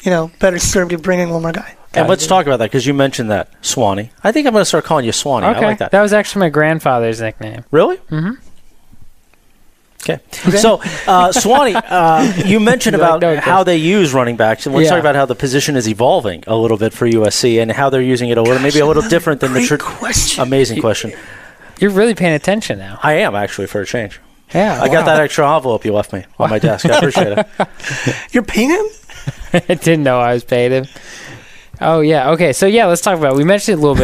Speaker 5: you know, better served to bring in one more guy.
Speaker 1: And let's talk about that because you mentioned that, Swanee. I think I'm going to start calling you Swanee.
Speaker 6: Okay,
Speaker 1: I like that.
Speaker 6: that was actually my grandfather's nickname.
Speaker 1: Really? Mm-hmm. Okay. So, uh, Swanee, uh, you mentioned
Speaker 6: You're like,
Speaker 1: about
Speaker 6: "No, it
Speaker 1: how
Speaker 6: doesn't."
Speaker 1: they use running backs, and let's
Speaker 6: Yeah.
Speaker 1: talk about how the position is evolving a little bit for USC and how they're using it a little, maybe a little different than the um,
Speaker 5: Great
Speaker 1: tra-
Speaker 5: question.
Speaker 1: amazing question.
Speaker 6: You're really paying attention now.
Speaker 1: I am actually for a change.
Speaker 6: Yeah,
Speaker 1: I got
Speaker 6: wow.
Speaker 1: that extra envelope you left me on my desk. I appreciate it.
Speaker 5: You're paying him?
Speaker 6: I didn't know I was paid him. Oh yeah. Okay. So yeah, let's talk about. We mentioned it a little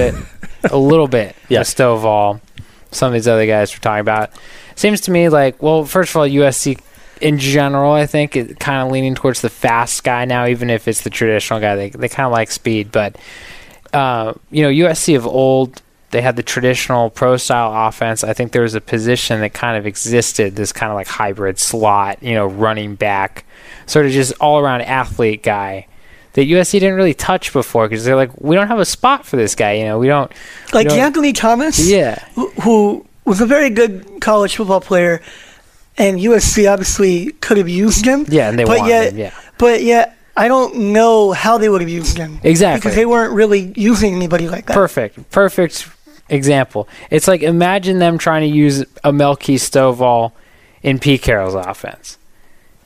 Speaker 6: bit, a little bit.
Speaker 1: Yeah.
Speaker 6: with Stovall, some of these other guys we're talking about. Seems to me like well, first of all, USC in general, I think it kind of leaning towards the fast guy now, even if it's the traditional guy. They they kind of like speed, but uh, you know, USC of old, they had the traditional pro style offense. I think there was a position that kind of existed, this kind of like hybrid slot, you know, running back, sort of just all around athlete guy that USC didn't really touch before because they're like, we don't have a spot for this guy. You know, we don't.
Speaker 5: Like
Speaker 6: No.
Speaker 5: Anthony Thomas?
Speaker 6: Yeah.
Speaker 5: who- Who was a very good college football player, and USC obviously could have used him.
Speaker 6: Yeah, and they
Speaker 5: but
Speaker 6: wanted
Speaker 5: yet,
Speaker 6: him, yeah.
Speaker 5: But yet, I don't know how they would have used him.
Speaker 6: Exactly.
Speaker 5: Because they weren't really using anybody like that.
Speaker 6: Perfect. Perfect example. It's like imagine them trying to use a Melky Stovall in Pete Carroll's offense.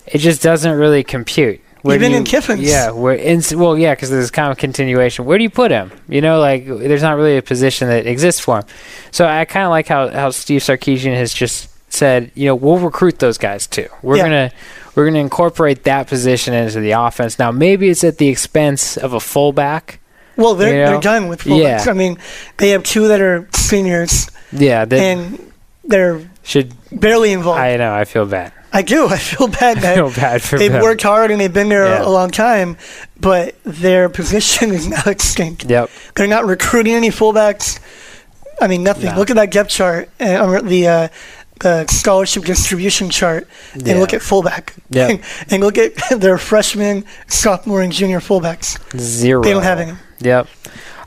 Speaker 6: It just doesn't really compute. do
Speaker 5: Even in Kiffin's.
Speaker 6: Yeah. Where in, well, yeah, because there's kind of continuation. Where do you put him? You know, like there's not really a position that exists for him. So I kind of like how, how Steve Sarkeesian has just said, you know, we'll recruit those guys too. We're
Speaker 5: Yeah.
Speaker 6: gonna we're gonna incorporate that position into the offense. Now maybe it's at the expense of a fullback.
Speaker 5: Well, they're,
Speaker 6: You know?
Speaker 5: they're done with
Speaker 6: Yeah.
Speaker 5: fullbacks. I mean, they have two that are seniors,
Speaker 6: Yeah, that
Speaker 5: and they're
Speaker 6: should
Speaker 5: barely involved. I,
Speaker 6: I know. I feel bad.
Speaker 5: do. I feel bad that
Speaker 6: feel bad for
Speaker 5: they've
Speaker 6: them.
Speaker 5: worked hard and they've been there
Speaker 6: Yeah.
Speaker 5: a long time, but their position is now extinct.
Speaker 6: Yep.
Speaker 5: They're not recruiting any fullbacks. I mean, nothing.
Speaker 6: No.
Speaker 5: Look at that depth chart, uh, or the uh, the scholarship distribution chart,
Speaker 6: Yeah.
Speaker 5: and look at fullback.
Speaker 6: Yeah.
Speaker 5: And, and look at their freshman, sophomore, and junior fullbacks.
Speaker 6: Zero.
Speaker 5: They don't have any.
Speaker 6: Yep.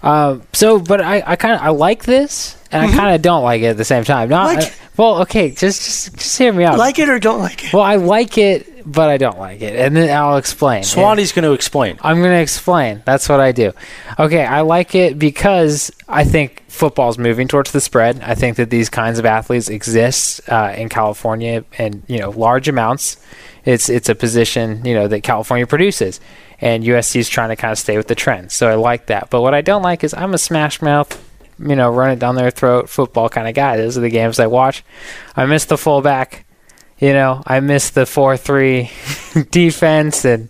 Speaker 6: Um, so, but I, I kind of I like this, and I kind of don't like it at the same time. Not
Speaker 5: Mm-hmm.
Speaker 6: uh,
Speaker 5: Like-
Speaker 6: well. Okay, just, just just hear me out.
Speaker 5: Like it or don't like it.
Speaker 6: well, I like it, but I don't like it, and then I'll explain.
Speaker 1: Swanee's going to explain.
Speaker 6: I'm going to explain. That's what I do. Okay, I like it because I think football's moving towards the spread. I think that these kinds of athletes exist uh, in California and you know large amounts. It's it's a position you know that California produces, and USC is trying to kind of stay with the trend. So I like that. But what I don't like is I'm a smash mouth. You know, run it down their throat, football kind of guy. Those are the games I watch. I miss the fullback. You know, I miss the four-three defense, and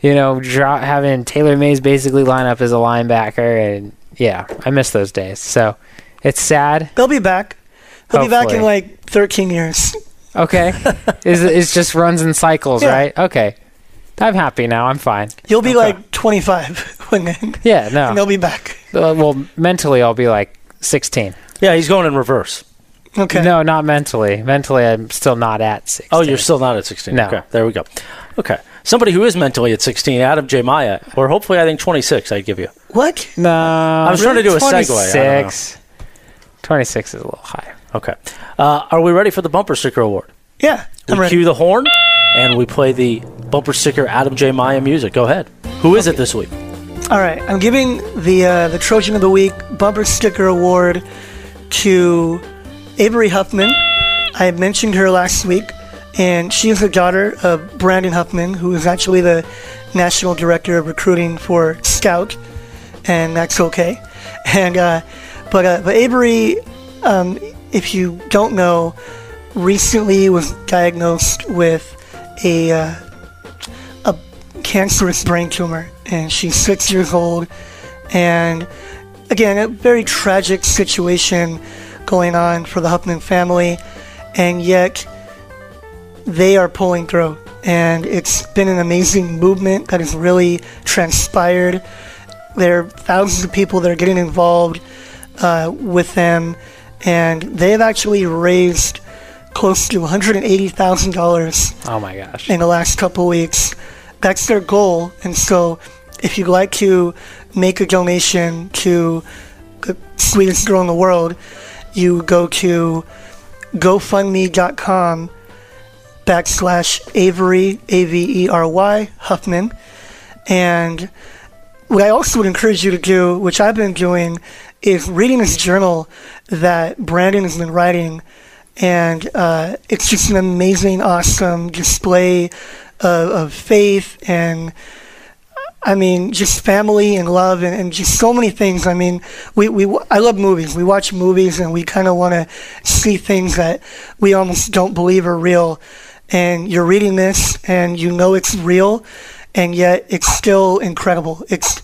Speaker 6: you know, dro- having Taylor Mays basically line up as a linebacker, and yeah, I miss those days. So it's sad.
Speaker 5: They'll be back. They'll be back in
Speaker 6: Hopefully.
Speaker 5: like 13 years.
Speaker 6: Okay, is it's just runs and cycles,
Speaker 5: Yeah.
Speaker 6: right? Okay, I'm happy now. I'm fine.
Speaker 5: You'll be like 25 when then.
Speaker 6: Yeah, no.
Speaker 5: And they'll be back.
Speaker 6: Uh, well, mentally, I'll be like 16.
Speaker 1: Yeah, he's going in reverse.
Speaker 5: Okay.
Speaker 6: No, not mentally. Mentally, I'm still not at 16.
Speaker 1: Oh, you're still not at 16.
Speaker 6: No.
Speaker 1: Okay, there we go. Okay. Somebody who is mentally at 16, Adam J. Maya, or hopefully I think 26, I'd give you.
Speaker 5: What?
Speaker 6: No, I
Speaker 1: was trying to do a segue. I don't know.
Speaker 6: 26. 26 is a little high.
Speaker 1: Okay. Uh, are we ready for the bumper sticker award?
Speaker 5: Yeah.
Speaker 1: We
Speaker 5: I'm ready.
Speaker 1: cue the horn and we play the bumper sticker Adam J. Maya music. Go ahead. Who is it this week?
Speaker 5: All right. I'm giving the uh, the Trojan of the Week bumper sticker award to Avery Huffman. I mentioned her last week, and she is the daughter of Brandon Huffman, who is actually the national director of recruiting for Scout, and that's okay. And uh, but uh, but Avery, um, if you don't know, recently was diagnosed with a uh, a cancerous brain tumor, and she's six years old. And again, a very tragic situation going on for the Huffman family, and yet they are pulling through. And it's been an amazing movement that has really transpired. There are thousands of people that are getting involved uh, with them, and they've actually raised close to $180,000
Speaker 6: Oh, my gosh.
Speaker 5: in the last couple weeks. That's their goal. And so, if you'd like to make a donation to the sweetest girl in the world, you go to gofundme.com backslash Avery, A V E R Y, Huffman. And what I also would encourage you to do, which I've been doing, is reading this journal that Brandon has been writing. And uh, it's just an amazing, awesome display of, of faith and. I mean, just family and love and, and just so many things. I mean, we, we I love movies. We watch movies and we kind of want to see things that we almost don't believe are real. And you're reading this and you know it's real, and yet it's still incredible. It's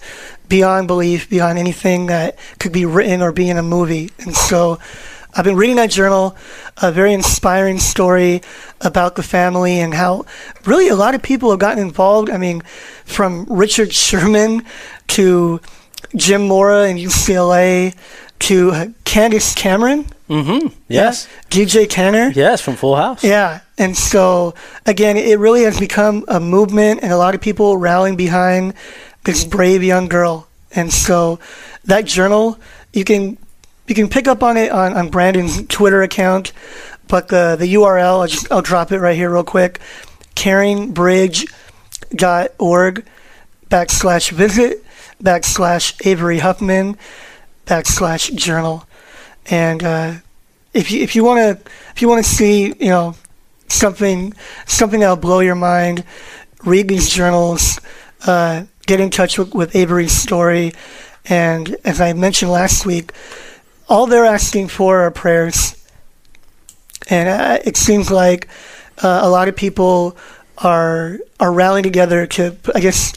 Speaker 5: beyond belief, beyond anything that could be written or be in a movie. And so I've been reading that journal, a very inspiring story about the family and how really a lot of people have gotten involved. I mean, from Richard Sherman to Jim Mora and UCLA to Candace Cameron.
Speaker 1: Mm-hmm. Yes.
Speaker 5: DJ Tanner.
Speaker 1: Yes, from Full House.
Speaker 5: Yeah. And so, again, it really has become a movement and a lot of people rallying behind this brave young girl. And so, that journal, you can you can pick up on it on, on Brandon's Twitter account, but the, the URL, I'll, just, I'll drop it right here real quick, caringbridge.org backslash visit backslash Avery Huffman backslash journal. And uh, if you if you want to if you want to see you know something something that'll blow your mind, read these journals, uh, get in touch with, with Avery's story, and as I mentioned last week, all they're asking for are prayers. And uh, it seems like uh, a lot of people are are rallying together to, I guess,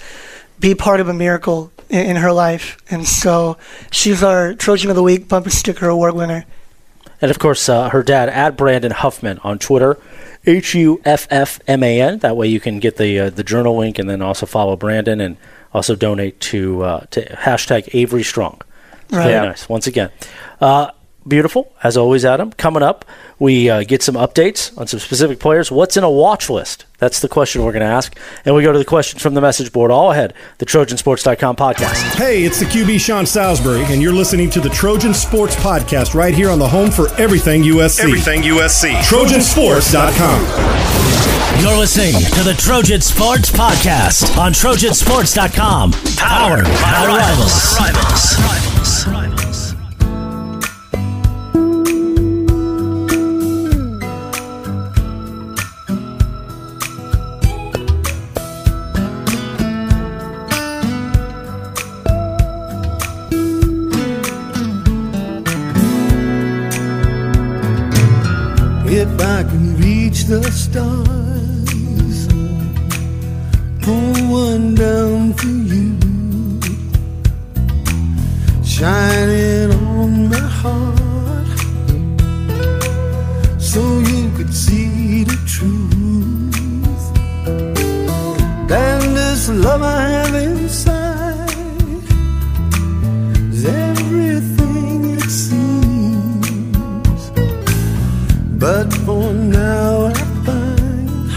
Speaker 5: be part of a miracle in, in her life. And so she's our Trojan of the Week bumper sticker award winner.
Speaker 1: And of course, uh, her dad at Brandon Huffman on Twitter, H U F F M A N. That way, you can get the uh, the journal link and then also follow Brandon and also donate to uh, to hashtag Avery Strong.
Speaker 5: Right.
Speaker 1: Very
Speaker 5: Yeah.
Speaker 1: nice. Once again, uh, beautiful as always, Adam. Coming up, we uh, get some updates on some specific players. What's in a watch list? That's the question we're going to ask, and we go to the questions from the message board. All ahead, the TrojanSports.com podcast.
Speaker 7: Hey, it's the QB Sean Salisbury, and you're listening to the Trojan Sports Podcast right here on the home for everything USC.
Speaker 8: Everything
Speaker 7: USC. Trojansports.com.
Speaker 2: You're listening to the Trojan Sports Podcast on Trojansports.com. Powered by Rivals. Rivals. Rivals.
Speaker 9: If I can reach the stars, pull one down for you, shine it on my heart, so you could see the truth. Then this love I have inside is everything it seems. But for now I find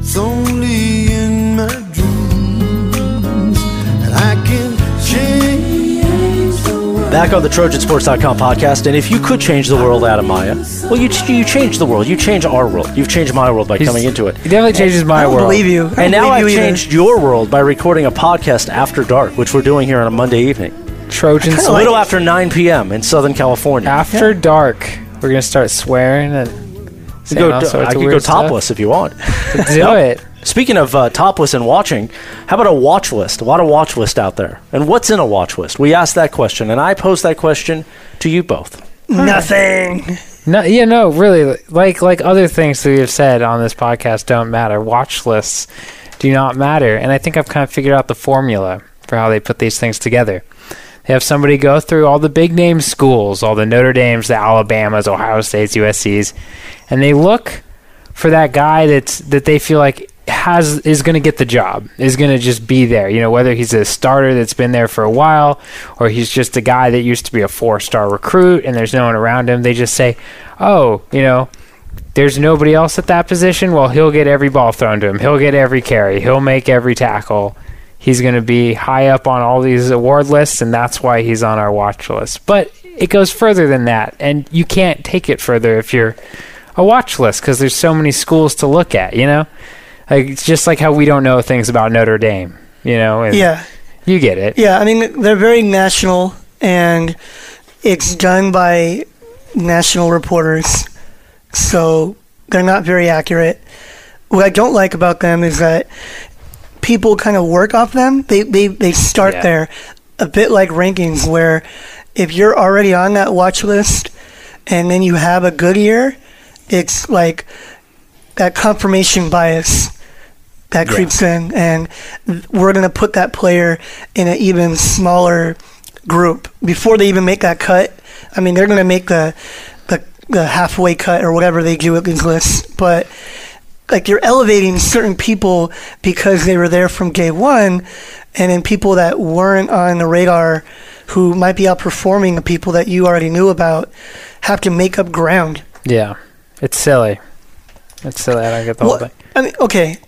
Speaker 9: it's only in my dreams, and I can change the world.
Speaker 1: Back on the Trojansports.com podcast, and if you could change the world, Adam Maya, well, you you change the world. You change our world. You've changed my world by coming into it.
Speaker 6: It definitely changes my
Speaker 5: I don't
Speaker 6: world.
Speaker 5: believe you. I don't
Speaker 1: And now
Speaker 5: believe
Speaker 1: I've
Speaker 5: you either.
Speaker 1: changed your world by recording a podcast after dark, which we're doing here on a Monday evening.
Speaker 6: Trojan
Speaker 1: It's a little after 9 p.m. in Southern California.
Speaker 6: After dark, we're gonna start swearing and
Speaker 1: I
Speaker 6: saying
Speaker 1: could go,
Speaker 6: all sorts
Speaker 1: I
Speaker 6: of
Speaker 1: could go
Speaker 6: weird stuff.
Speaker 1: topless if you want.
Speaker 6: Do it.
Speaker 1: Speaking of uh, topless and watching, how about a watch list? A lot of watch list out there. And what's in a watch list? We asked that question, and I posed that question to you both.
Speaker 5: Nothing.
Speaker 6: No, yeah, no, really. Like like other things that we've said on this podcast don't matter. Watch lists do not matter, and I think I've kind of figured out the formula for how they put these things together. They have somebody go through all the big name schools, all the Notre Dames, the Alabamas, Ohio States, USC's, and they look for that guy that's that they feel like has is going to get the job, is going to just be there. You know, whether he's a starter that's been there for a while or he's just a guy that used to be a four-star recruit and there's no one around him, they just say, "Oh, you know, there's nobody else at that position. Well, he'll get every ball thrown to him. He'll get every carry. He'll make every tackle. He's going to be high up on all these award lists, and that's why he's on our watch list. But it goes further than that, and you can't take it further if you're a watch list because there's so many schools to look at. You know, like it's just like how we don't know things about Notre Dame. You know, and
Speaker 5: Yeah.
Speaker 6: you get it.
Speaker 5: Yeah, I mean they're very national, and it's done by national reporters, so they're not very accurate. What I don't like about them is that people kind of work off them. They they they start
Speaker 6: Yeah.
Speaker 5: there, a bit like rankings, where if you're already on that watch list, and then you have a good year, it's like that confirmation bias that creeps in, and th- we're going to put that player in an even smaller group before they even make that cut. I mean, they're going to make the, the the halfway cut or whatever they do with these lists, but like you're elevating certain people because they were there from day one, and then people that weren't on the radar who might be outperforming the people that you already knew about have to make up ground.
Speaker 6: Yeah, it's silly. It's silly. I don't get the whole
Speaker 5: Well,
Speaker 6: thing.
Speaker 5: I mean, okay,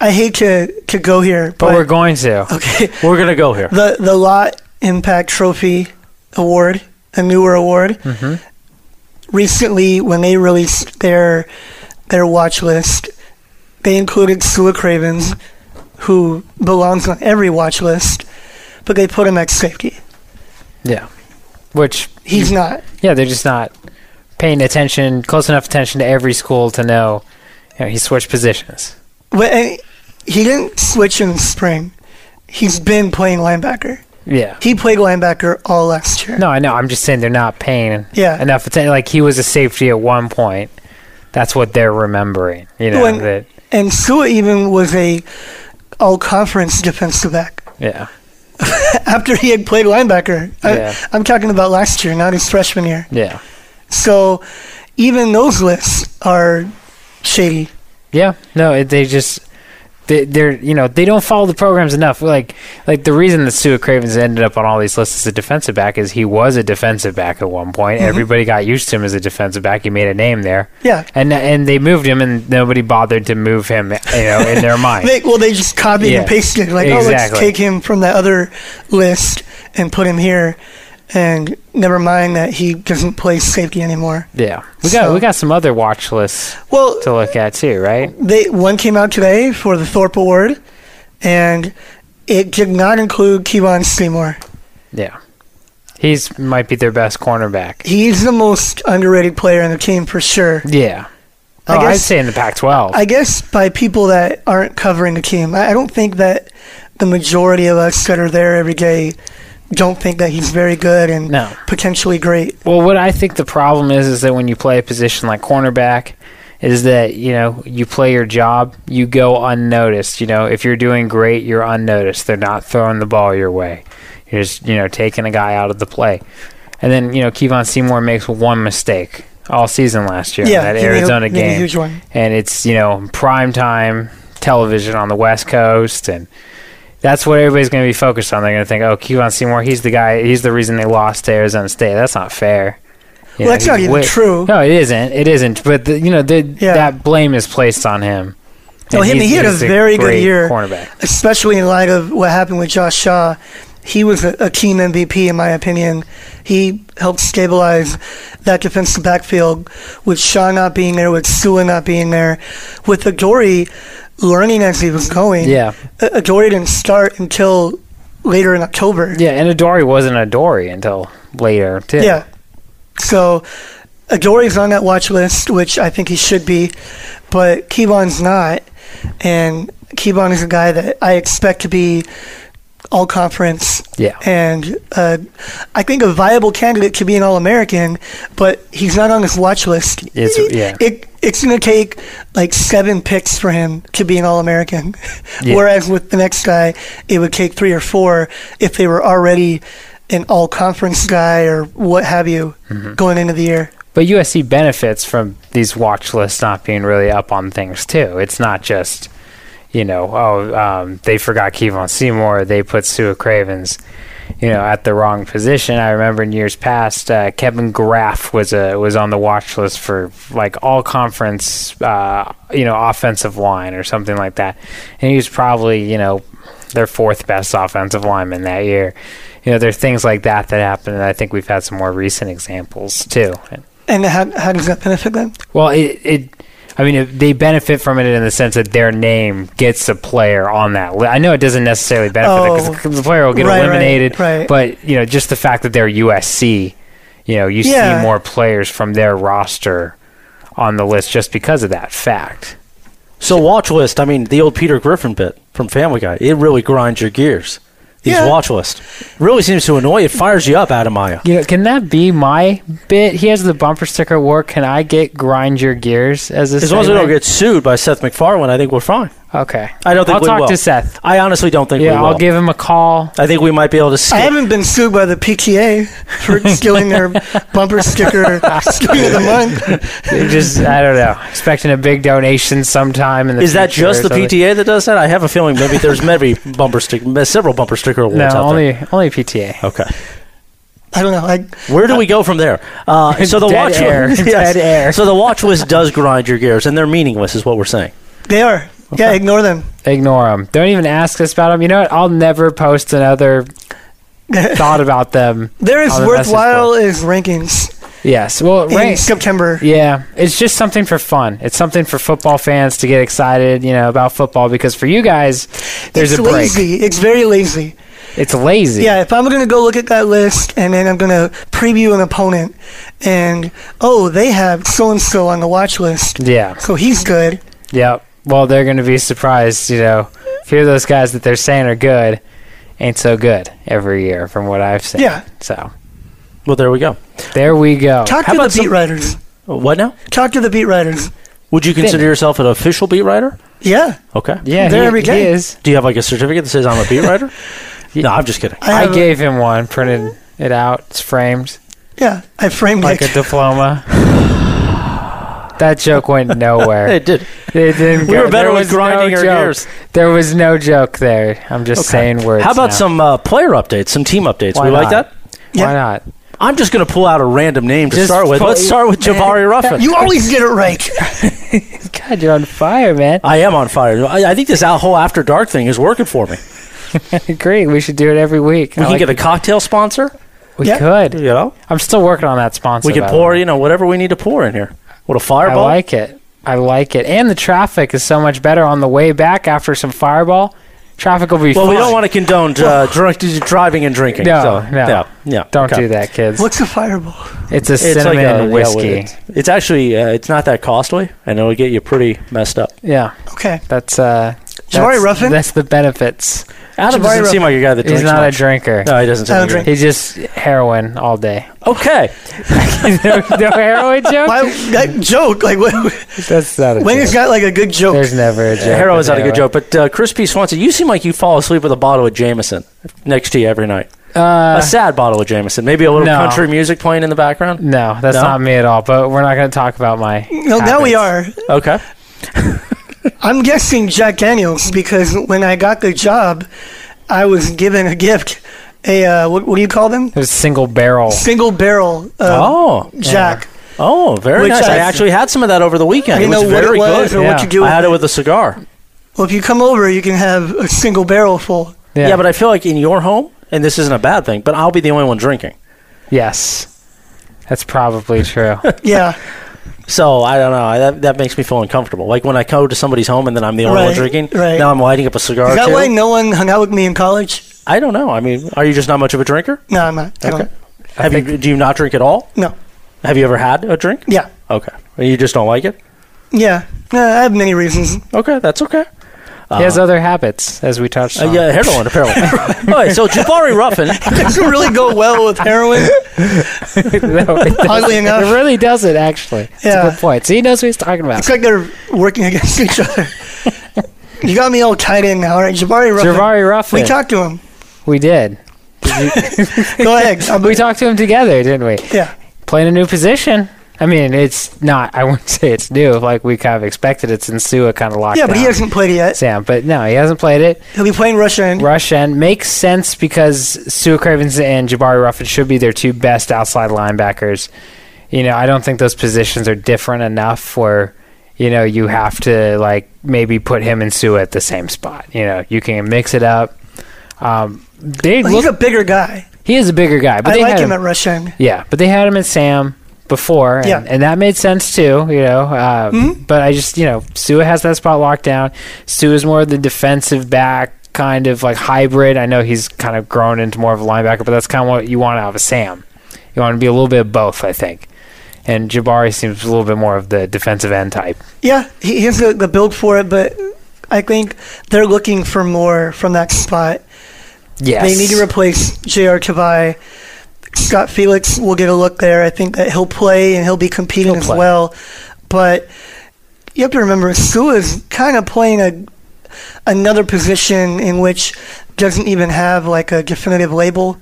Speaker 5: I hate to to go here,
Speaker 6: But we're going to.
Speaker 5: okay.
Speaker 1: We're gonna go here.
Speaker 5: the the Lot Impact Trophy Award, a newer award. Recently, when they released their their watch list, they included Sula Cravens, who belongs on every watch list, but they put him at safety.
Speaker 6: Yeah, which
Speaker 5: He's not.
Speaker 6: yeah, they're just not paying attention, close enough attention to every school to know, you know he switched positions.
Speaker 5: But and he didn't switch in the spring. He's been playing linebacker.
Speaker 6: Yeah.
Speaker 5: He played linebacker all last year.
Speaker 6: No, I know. I'm just saying they're not paying
Speaker 5: Yeah.
Speaker 6: enough attention. Like he was a safety at one point. That's what they're remembering. You know
Speaker 5: When-
Speaker 6: that.
Speaker 5: And Sua even was a all conference defensive back.
Speaker 6: Yeah.
Speaker 5: after he had played linebacker.
Speaker 6: Yeah.
Speaker 5: I, I'm talking about last year, not his freshman year.
Speaker 6: Yeah.
Speaker 5: So even those lists are shady.
Speaker 6: Yeah. No, it, they just they, they're you know they don't follow the programs enough. Like like the reason that Sue Cravens ended up on all these lists as a defensive back is he was a defensive back at one point. Everybody got used to him as a defensive back. He made a name there.
Speaker 5: Mm-hmm. Yeah.
Speaker 6: And and they moved him, and nobody bothered to move him. You know, in their mind.
Speaker 5: They, well, they just copied
Speaker 6: Yeah,
Speaker 5: and pasted. Like, oh, let's
Speaker 6: exactly.
Speaker 5: take him from that other list and put him here. And never mind that he doesn't play safety anymore.
Speaker 6: yeah. We got
Speaker 5: So-
Speaker 6: we got some other watch lists
Speaker 5: Well,
Speaker 6: to look at too, right?
Speaker 5: they one came out today for the Thorpe Award, and it did not include Kevon Seymour.
Speaker 6: Yeah. He's might be their best cornerback.
Speaker 5: He's the most underrated player on the team for sure.
Speaker 6: Yeah. Oh,
Speaker 5: I
Speaker 6: I'd
Speaker 5: guess-
Speaker 6: say in the Pac-12.
Speaker 5: I guess by people that aren't covering the team. I, I don't think that the majority of us that are there every day don't think that he's very good and
Speaker 6: No.
Speaker 5: potentially great.
Speaker 6: well, what I think the problem is is that when you play a position like cornerback, is that you know you play your job, you go unnoticed. You know if you're doing great, you're unnoticed. They're not throwing the ball your way. You're just you know taking a guy out of the play, and then you know Kevon Seymour makes one mistake all season last year
Speaker 5: Yeah,
Speaker 6: in that
Speaker 5: he made a-
Speaker 6: Arizona
Speaker 5: made a
Speaker 6: game,
Speaker 5: huge one.
Speaker 6: and it's you know prime time television on the West Coast and. that's what everybody's going to be focused on. They're going to think, oh, Kevon Seymour, he's the guy. He's the reason they lost to Arizona State. That's not fair. You
Speaker 5: Well, that's
Speaker 6: he's
Speaker 5: not even
Speaker 6: way-
Speaker 5: true.
Speaker 6: No, it isn't. It isn't. But the, you know, the,
Speaker 5: Yeah.
Speaker 6: that blame is placed on him.
Speaker 5: No,
Speaker 6: And
Speaker 5: he,
Speaker 6: he's-
Speaker 5: he had a
Speaker 6: he's
Speaker 5: very good
Speaker 6: great
Speaker 5: year,
Speaker 6: Cornerback.
Speaker 5: especially in light of what happened with Josh Shaw. He was a, a team MVP in my opinion. He helped stabilize that defensive backfield with Shaw not being there, with Sua not being there, with Adori learning as he was going.
Speaker 6: Yeah.
Speaker 5: A- Adori didn't start until later in October.
Speaker 6: Yeah, and Adori wasn't Adori until later too.
Speaker 5: Yeah. So Adori's on that watch list, which I think he should be, but Kevon's not. And Kevon is a guy that I expect to be all conference.
Speaker 6: Yeah.
Speaker 5: And uh, I think a viable candidate to be an All American, but he's not on this watch list.
Speaker 6: It's- yeah.
Speaker 5: It, it's going to take like seven picks for him to be an All American.
Speaker 6: Yeah.
Speaker 5: Whereas with the next guy, it would take three or four if they were already an all conference guy or what have you
Speaker 6: Mm-hmm.
Speaker 5: going into the year.
Speaker 6: But USC benefits from these watch lists not being really up on things too. It's not just, you know, oh, um, they forgot Kevon Seymour, they put Sue Cravens, you know, at the wrong position. I remember in years past, uh, Kevin Graff was a was on the watch list for like all conference, uh, you know, offensive line or something like that, and he was probably you know their fourth best offensive lineman that year. You know, there are things like that that happen, and I think we've had some more recent examples too.
Speaker 5: And how, how does that benefit them?
Speaker 6: Well, it, it I mean, it, they benefit from it in the sense that their name gets a player on that. li- I know it doesn't necessarily benefit
Speaker 5: Oh.
Speaker 6: because the player will get
Speaker 5: Right, right,
Speaker 6: eliminated,
Speaker 5: right.
Speaker 6: but you know, just the fact that they're USC, you know, you
Speaker 5: Yeah.
Speaker 6: see more players from their roster on the list just because of that fact.
Speaker 1: So watch list. I mean, the old Peter Griffin bit from Family Guy. It really grinds your gears. These
Speaker 5: Yeah.
Speaker 1: watch list really seems to annoy. It fires you up, Adam Maya.
Speaker 6: You know, can that be my bit? He has the bumper sticker war. Can I get grind your gears as a
Speaker 1: As long as we don't
Speaker 6: segment?
Speaker 1: get sued by Seth MacFarlane, I think we're fine.
Speaker 6: okay.
Speaker 1: I don't think
Speaker 6: I'll
Speaker 1: we
Speaker 6: talk
Speaker 1: will.
Speaker 6: to Seth.
Speaker 1: I honestly don't think we
Speaker 6: Yeah,
Speaker 1: will.
Speaker 6: I'll give him a call.
Speaker 1: I think we might be able to
Speaker 5: I
Speaker 1: skip.
Speaker 5: haven't been sued by the PTA for stealing their bumper sticker scheme of the month.
Speaker 6: They just I don't know, expecting a big donation sometime in the
Speaker 1: Is that
Speaker 6: future or
Speaker 1: just the
Speaker 6: something.
Speaker 1: PTA that does that? I have a feeling maybe there's maybe bumper sticker, several bumper sticker awards
Speaker 6: No,
Speaker 1: out
Speaker 6: only only PTA.
Speaker 1: there. Okay,
Speaker 5: I don't know. I,
Speaker 1: where do we go from there? Uh, so the
Speaker 6: Dead
Speaker 1: watch
Speaker 6: air.
Speaker 1: list,
Speaker 6: Dead air.
Speaker 1: So the watch list does grind your gears, and they're meaningless, is what we're saying.
Speaker 5: they are. Yeah, ignore them.
Speaker 6: Ignore them. Don't even ask us about them. You know what? I'll never post another thought about them.
Speaker 5: There is
Speaker 6: on the message
Speaker 5: worthwhile
Speaker 6: board.
Speaker 5: is rankings
Speaker 6: Yes. Well,
Speaker 5: in
Speaker 6: right.
Speaker 5: September.
Speaker 6: Yeah, it's just something for fun. It's something for football fans to get excited, you know, about football because for you guys, there's
Speaker 5: it's
Speaker 6: a break.
Speaker 5: lazy. It's very lazy.
Speaker 6: It's lazy.
Speaker 5: Yeah, if I'm going to go look at that list and then I'm going to preview an opponent and, oh, they have so and so on the watch list.
Speaker 6: Yeah.
Speaker 5: So he's good.
Speaker 6: Yep. Well, they're going to be surprised, you know. A few of those guys that they're saying are good ain't so good every year, from what I've seen.
Speaker 5: Yeah.
Speaker 6: So
Speaker 1: Well, there we go.
Speaker 6: there we go.
Speaker 5: Talk
Speaker 1: How
Speaker 5: to the
Speaker 1: about
Speaker 5: beat
Speaker 1: some-
Speaker 5: writers.
Speaker 1: What now?
Speaker 5: Talk to the beat writers.
Speaker 1: Would you consider
Speaker 6: Fitness.
Speaker 1: yourself an official beat writer?
Speaker 5: Yeah.
Speaker 1: Okay.
Speaker 6: yeah,
Speaker 5: there
Speaker 6: he,
Speaker 5: every
Speaker 6: he
Speaker 5: day.
Speaker 6: is.
Speaker 1: Do you have like a certificate that says I'm a beat writer? no, I'm just kidding.
Speaker 6: I
Speaker 5: have a-
Speaker 6: gave him one, printed it out, it's framed
Speaker 5: Yeah, I framed
Speaker 6: like a
Speaker 5: it.
Speaker 6: diploma. That joke went nowhere.
Speaker 1: It did.
Speaker 6: It didn't
Speaker 1: We
Speaker 6: go-
Speaker 1: were better
Speaker 6: there
Speaker 1: with
Speaker 6: was no
Speaker 1: grinding our
Speaker 6: joke.
Speaker 1: gears.
Speaker 6: There was no joke there. I'm just saying words.
Speaker 1: How about
Speaker 6: now.
Speaker 1: some uh, player updates, some team updates?
Speaker 6: Why
Speaker 1: we like
Speaker 6: not?
Speaker 1: that?
Speaker 5: Yeah.
Speaker 6: Why not?
Speaker 1: I'm just going to pull out a random name to
Speaker 6: Just
Speaker 1: start with.
Speaker 6: pull-
Speaker 1: Let's start with Javari Ruffin.
Speaker 5: You always get it right.
Speaker 6: God, you're on fire, man.
Speaker 1: I am on fire. I, I think this out- whole After Dark thing is working for me.
Speaker 6: Great. We should do it every week.
Speaker 1: Uh, We
Speaker 6: I
Speaker 1: can
Speaker 6: like
Speaker 1: get a
Speaker 6: it.
Speaker 1: cocktail sponsor.
Speaker 6: We
Speaker 5: Yeah.
Speaker 1: You
Speaker 6: could.
Speaker 1: know,
Speaker 6: I'm still working on that sponsor.
Speaker 1: we can
Speaker 6: by the
Speaker 1: pour
Speaker 6: way.
Speaker 1: you know whatever we need to pour in here. What a
Speaker 6: I
Speaker 1: fireball!
Speaker 6: like it. I like it. And the traffic is so much better on the way back after some fireball. Traffic will be
Speaker 1: well,
Speaker 6: fine.
Speaker 1: we don't want to condone uh, drunk driving and drinking.
Speaker 6: No,
Speaker 1: so,
Speaker 6: no.
Speaker 1: yeah, yeah.
Speaker 6: Don't
Speaker 1: Okay.
Speaker 6: do that, kids.
Speaker 5: What's a fireball?
Speaker 6: it's a
Speaker 1: It's
Speaker 6: cinnamon
Speaker 1: like a
Speaker 6: and
Speaker 1: yeah,
Speaker 6: whiskey. Yeah,
Speaker 1: it's, it's actually uh, it's not that costly, and it'll get you pretty messed up.
Speaker 5: Okay.
Speaker 6: that's uh.
Speaker 5: Jabari
Speaker 6: that's-
Speaker 5: Ruffin?
Speaker 6: That's the benefits.
Speaker 1: Adam
Speaker 5: Jabari
Speaker 1: doesn't seem
Speaker 5: Ruffin.
Speaker 1: like a guy that drinks
Speaker 6: He's not
Speaker 1: much.
Speaker 6: a drinker.
Speaker 1: No, he doesn't. seem
Speaker 5: I
Speaker 1: like
Speaker 5: don't
Speaker 1: a
Speaker 5: drink.
Speaker 6: He's just heroin all day.
Speaker 1: guy. Okay,
Speaker 6: no, no heroin joke.
Speaker 5: Why that joke? Like what,
Speaker 6: That's not a
Speaker 5: when
Speaker 6: joke.
Speaker 5: is got like a good joke?
Speaker 6: There's never a joke.
Speaker 1: Harrow is
Speaker 6: with
Speaker 1: not a good joke, but uh, Chris P. Swanson, you seem like you fall asleep with a bottle of Jameson next to you every night.
Speaker 6: Uh,
Speaker 1: a sad bottle of Jameson, maybe a little
Speaker 6: no.
Speaker 1: country music playing in the background.
Speaker 6: no, that's
Speaker 1: No?
Speaker 6: not me at all. But we're not going to talk about my.
Speaker 5: no, now we
Speaker 6: habits.
Speaker 5: are.
Speaker 1: Okay,
Speaker 5: I'm guessing Jack Daniels because when I got the job, I was given a gift, a uh, what, what do you call them?
Speaker 6: There's single barrel.
Speaker 5: Single barrel. Uh,
Speaker 1: Oh.
Speaker 5: Jack.
Speaker 1: Oh, very
Speaker 5: Which
Speaker 1: nice. I
Speaker 5: I-
Speaker 1: actually had some of that over the weekend.
Speaker 5: I
Speaker 1: It
Speaker 5: didn't
Speaker 1: was
Speaker 5: know what
Speaker 1: very
Speaker 5: it was
Speaker 1: good.
Speaker 5: or
Speaker 6: yeah.
Speaker 5: what to do.
Speaker 1: I
Speaker 5: With
Speaker 1: had
Speaker 5: it.
Speaker 1: it with a cigar.
Speaker 5: Well, if you come over, you can have a single barrel full.
Speaker 1: Yeah. but I feel like in your home, and this isn't a bad thing, but I'll be the only one drinking.
Speaker 6: yes, that's probably true.
Speaker 1: Uh-huh.
Speaker 5: Yeah,
Speaker 1: So I don't know. I, that, that makes me feel uncomfortable. Like when I go to somebody's home and then I'm the only one
Speaker 5: Right,
Speaker 1: drinking.
Speaker 5: right.
Speaker 1: Now I'm lighting up a cigar.
Speaker 5: is that
Speaker 1: too.
Speaker 5: why no one hung out with me in college?
Speaker 1: I don't know. I mean, are you just not much of a drinker?
Speaker 5: No, I'm not. I don't.
Speaker 1: Have you? Do you not drink at all?
Speaker 5: No.
Speaker 1: Have you ever had a drink?
Speaker 5: Yeah.
Speaker 1: Okay. You just don't like it.
Speaker 5: Yeah. No, I have many reasons.
Speaker 1: Okay, that's okay.
Speaker 6: he has other habits, as we touched
Speaker 1: Uh,
Speaker 6: on.
Speaker 1: yeah, heroin apparently. All right, so Jabari Ruffin.
Speaker 5: Does not really go well with heroin?
Speaker 6: No, it doesn't.
Speaker 5: Oddly enough.
Speaker 6: it really doesn't. Actually, that's
Speaker 5: Yeah.
Speaker 6: a good point. So he knows what he's talking about.
Speaker 5: It's like they're working against each other. you got me all tied in now. All right, Jabari Ruffin.
Speaker 6: Javari Ruffin.
Speaker 5: We talked to him.
Speaker 6: We did.
Speaker 5: Go ahead. I'm-
Speaker 6: We talked to him together, didn't we?
Speaker 5: Yeah.
Speaker 6: Playing a new position. I mean, it's not. I wouldn't say it's new. Like we kind of expected. It's in Sua kind of locked.
Speaker 5: Yeah, but he
Speaker 6: down.
Speaker 5: hasn't played it yet.
Speaker 6: Sam, but no, he hasn't played it.
Speaker 5: He'll be playing Russian.
Speaker 6: Rush end makes sense because Sue Cravens and Jabari Ruffin should be their two best outside linebackers. You know, I don't think those positions are different enough where, you know, you have to like maybe put him and Sue at the same spot. You know, you can mix it up. Um, they
Speaker 5: He's
Speaker 6: look,
Speaker 5: a bigger guy.
Speaker 6: he is a bigger guy, but
Speaker 5: I
Speaker 6: they
Speaker 5: like
Speaker 6: had
Speaker 5: him at Russian.
Speaker 6: yeah, but they had him at Sam. before, and,
Speaker 5: Yeah. Mm-hmm.
Speaker 6: and that made sense too, you know. Um, But I just, you know, Sua has that spot locked down. Sua is more of the defensive back kind of like hybrid. I know he's kind of grown into more of a linebacker, but that's kind of what you want out of a Sam. You want to be a little bit of both, I think. And Jabari seems a little bit more of the defensive end type.
Speaker 5: Yeah, he he has the, the build for it, but I think they're looking for more from that spot.
Speaker 6: Yes,
Speaker 5: They need to replace J.R. Tavai. Scott Felix will get a look there. I think that he'll play and he'll be competing
Speaker 6: He'll
Speaker 5: as
Speaker 6: play.
Speaker 5: well. But you have to remember, Sue is kind of playing a another position in which doesn't even have like a definitive label.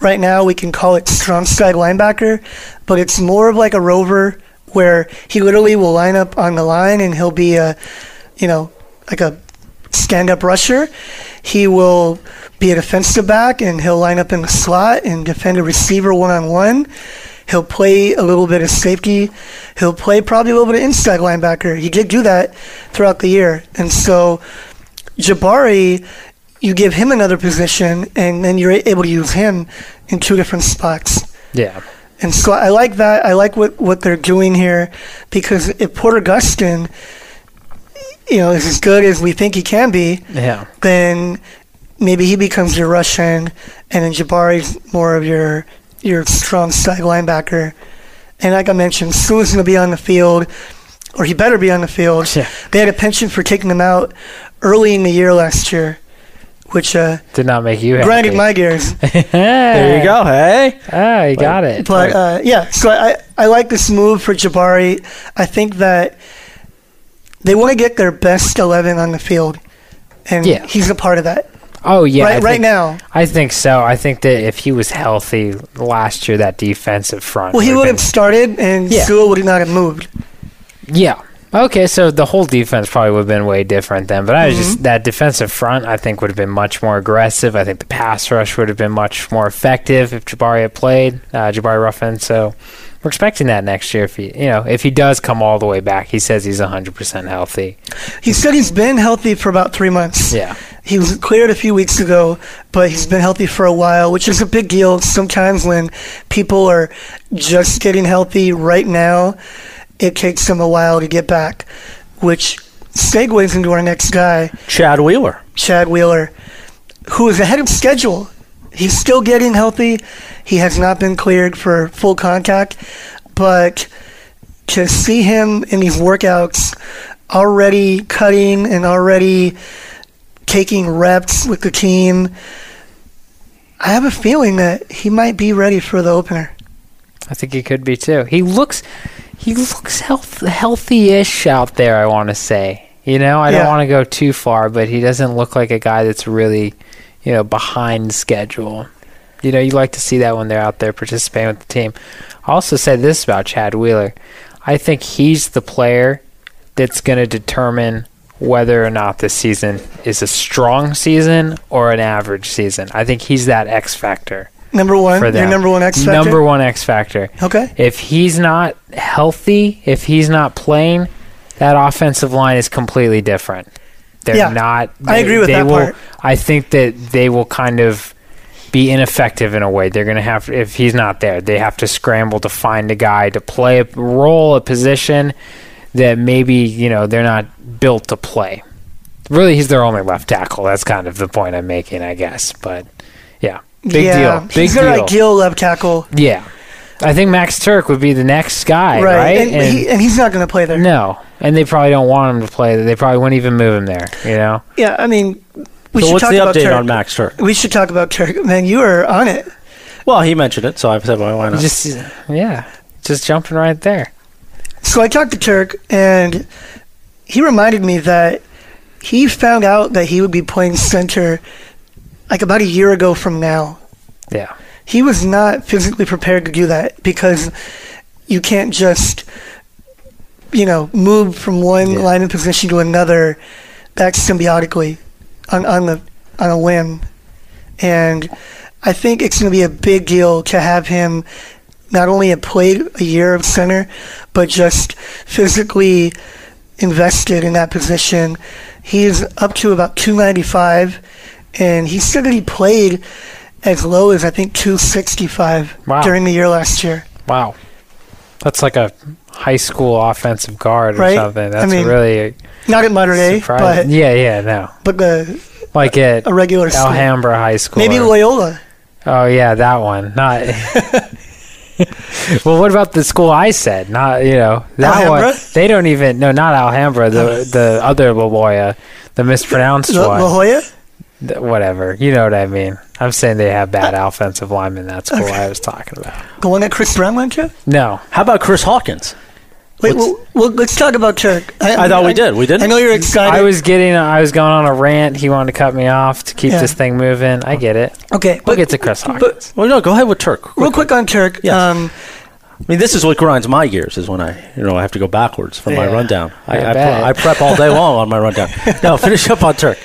Speaker 5: Right now, we can call it strong side linebacker, but it's more of like a rover where he literally will line up on the line and he'll be a, you know, like a stand up rusher. He will be a defensive back and he'll line up in the slot and defend a receiver one on one. He'll play a little bit of safety. He'll play probably a little bit of inside linebacker. He did do that throughout the year. And so Jabari, you give him another position and then you're able to use him in two different spots.
Speaker 6: yeah,
Speaker 5: And so I like that. I like what, what they're doing here because if Porter Gustin, you know, is as good as we think he can be,
Speaker 6: yeah.
Speaker 5: then maybe he becomes your Russian, and then Jabari's more of your your strong side linebacker. And like I mentioned, Sue's going to be on the field, or he better be on the field.
Speaker 6: Yeah.
Speaker 5: They had a penchant for taking him out early in the year last year, which uh,
Speaker 6: Did not make you happy.
Speaker 5: grinded my gears.
Speaker 1: There you go. Hey,
Speaker 6: Ah, you got it.
Speaker 5: But uh, yeah, so I, I like this move for Jabari. I think that they want to get their best 11 on the field, and
Speaker 6: Yeah.
Speaker 5: he's a part of that.
Speaker 6: oh yeah, I
Speaker 5: right, right
Speaker 6: think-
Speaker 5: now,
Speaker 6: I think so. I think that if he was healthy last year, that defensive front.
Speaker 5: Well, he would
Speaker 6: would've
Speaker 5: have started, and
Speaker 6: Yeah.
Speaker 5: Sewell would not have moved.
Speaker 6: been- Yeah. Okay, so the whole defense probably would have been way different then. But I was
Speaker 5: Mm-hmm.
Speaker 6: just that defensive front. I think would have been much more aggressive. I think the pass rush would have been much more effective if Jabari had played uh, Jabari Ruffin. So we're expecting that next year. If he, you know, if he does come all the way back, he says he's hundred percent healthy.
Speaker 5: He said he's been healthy for about three months.
Speaker 6: Yeah.
Speaker 5: He was cleared a few weeks ago, but he's been healthy for a while, which is a big deal sometimes when people are just getting healthy right now. It takes them a while to get back, which segues into our next guy,
Speaker 1: Chad Wheeler.
Speaker 5: Chad Wheeler, who is ahead of schedule. He's still getting healthy. He has not been cleared for full contact, but to see him in these workouts already cutting and already taking reps with the team, I have a feeling that he might be ready for the opener.
Speaker 6: I think he could be too. He looks, he looks health healthy-ish out there. I want to say, you know, I don't
Speaker 5: Yeah.
Speaker 6: want to go too far, but he doesn't look like a guy that's really, you know, behind schedule. You know, you like to see that when they're out there participating with the team. I also said this about Chad Wheeler. I think he's the player that's going to determine whether or not this season is a strong season or an average season. I think he's that X factor
Speaker 5: Number one,
Speaker 6: for
Speaker 5: your
Speaker 6: them.
Speaker 5: number one X factor.
Speaker 6: Number one X factor.
Speaker 5: Okay.
Speaker 6: If he's not healthy, if he's not playing, that offensive line is completely different. They're
Speaker 5: Yeah.
Speaker 6: not.
Speaker 5: I
Speaker 6: they-
Speaker 5: agree with
Speaker 6: they
Speaker 5: that
Speaker 6: will,
Speaker 5: part.
Speaker 6: I think that they will kind of be ineffective in a way. They're going to have if he's not there, they have to scramble to find a guy to play a role, a position that maybe you know they're not built to play. Really, he's their only left tackle. That's kind of the point I'm making, I guess. But yeah, big
Speaker 5: yeah,
Speaker 6: deal. Big
Speaker 5: he's
Speaker 6: deal.
Speaker 5: their ideal left tackle,
Speaker 6: Yeah. I think Max Turk would be the next guy, right?
Speaker 5: And, he, and he's not going to play there.
Speaker 6: no. And they probably don't want him to play. They probably wouldn't even move him there, you know?
Speaker 5: Yeah, I mean, we
Speaker 1: So
Speaker 5: should
Speaker 1: what's
Speaker 5: talk
Speaker 1: the
Speaker 5: about
Speaker 1: update
Speaker 5: Turk.
Speaker 1: on Max Turk?
Speaker 5: We should talk about Turk. Man, you are on it.
Speaker 1: Well, he mentioned it, so I said, well, why not?
Speaker 6: Just, yeah. Just jumping right there.
Speaker 5: So I talked to Turk, and he reminded me that he found out that he would be playing center like about a year ago from now.
Speaker 6: Yeah.
Speaker 5: He was not physically prepared to do that because you can't just, you know, move from one line of position to another that symbiotically on, on, the, on a whim. And I think it's going to be a big deal to have him not only have played a year of center, but just physically invested in that position. He is up to about 295, and he said that he played as low as I think 265
Speaker 6: Wow.
Speaker 5: during the year last year.
Speaker 6: Wow. that's like a high school offensive guard or
Speaker 5: Right?
Speaker 6: something.
Speaker 5: I
Speaker 6: That's
Speaker 5: mean,
Speaker 6: really
Speaker 5: Not at modern day, but
Speaker 6: surprising. yeah, yeah, no,
Speaker 5: but the
Speaker 6: like at
Speaker 5: a regular school.
Speaker 6: Alhambra High School.
Speaker 5: maybe
Speaker 6: or-
Speaker 5: Loyola.
Speaker 6: Oh yeah, that one. Not. well, what about the school I said? Not you know that
Speaker 5: Alhambra?
Speaker 6: one. They don't even no, not Alhambra. The the other La Jolla, the mispronounced
Speaker 5: La,
Speaker 6: one.
Speaker 5: La Jolla?
Speaker 6: Th- Whatever. You know what I mean. I'm saying they have bad offensive linemen. That's school I was talking about.
Speaker 5: The one that Chris Brown went to?
Speaker 6: No,
Speaker 1: How about Chris Hawkins?
Speaker 5: Wait, well, well, let's talk about Turk.
Speaker 1: I thought we did. We didn't?
Speaker 5: I know you're excited.
Speaker 6: I was getting. I was going on a rant. He wanted to cut me off to keep
Speaker 5: Yeah.
Speaker 6: this thing moving. I get it.
Speaker 5: okay.
Speaker 6: We'll
Speaker 5: But
Speaker 6: get to Chris
Speaker 1: But
Speaker 6: Hawkins.
Speaker 1: well, no, go ahead with Turk.
Speaker 5: real quick on Turk.
Speaker 1: Yes.
Speaker 5: Um,
Speaker 1: I mean, this is what grinds my gears is when I, you know, I have to go backwards for my
Speaker 6: Yeah.
Speaker 1: rundown. I,
Speaker 6: I
Speaker 1: I,
Speaker 6: bet.
Speaker 1: pre- I prep all day long on my rundown. Now finish up on Turk.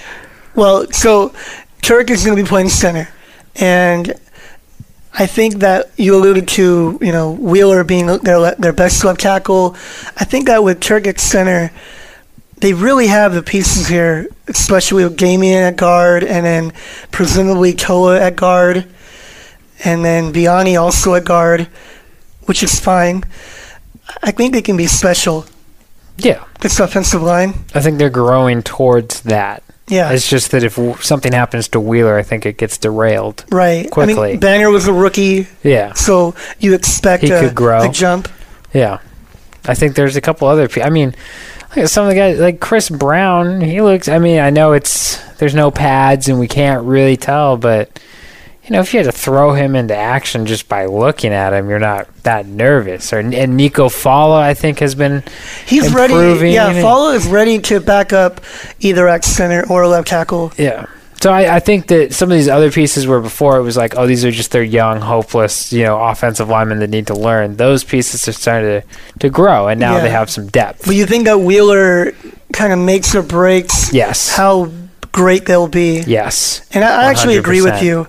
Speaker 5: Well, so Turk is going to be playing center, and I think that you alluded to, you know, Wheeler being their le- their best left tackle. I think that with Turk at center, they really have the pieces here, especially with Gamian at guard, and then presumably Toa at guard, and then Biani also at guard, which is fine. I think they can be special.
Speaker 6: Yeah,
Speaker 5: This offensive line,
Speaker 6: I think they're growing towards that.
Speaker 5: yeah,
Speaker 6: It's just that if w- something happens to Wheeler, I think it gets derailed.
Speaker 5: right. I
Speaker 6: quickly.
Speaker 5: mean, Banner was a rookie.
Speaker 6: Yeah,
Speaker 5: So you expect
Speaker 6: He
Speaker 5: a,
Speaker 6: could grow.
Speaker 5: a jump.
Speaker 6: yeah. I think there's a couple other people. I mean, look at some of the guys like Chris Brown. He looks. I mean, I know it's there's no pads and we can't really tell, but you know, if you had to throw him into action just by looking at him, you're not that nervous. Or and Nico Falla, I think, has been
Speaker 5: He's ready.
Speaker 6: Improving.
Speaker 5: Yeah, Fowler is ready to back up either at center or left tackle.
Speaker 6: Yeah. So I, I think that some of these other pieces where before it was like, oh, these are just their young, hopeless, you know, offensive linemen that need to learn. Those pieces are starting to, to grow, and now
Speaker 5: Yeah.
Speaker 6: they have some depth.
Speaker 5: But you think that Wheeler kind of makes or breaks
Speaker 6: yes.
Speaker 5: how great they'll be.
Speaker 6: yes.
Speaker 5: And I, I actually agree with
Speaker 6: 100%.
Speaker 5: you.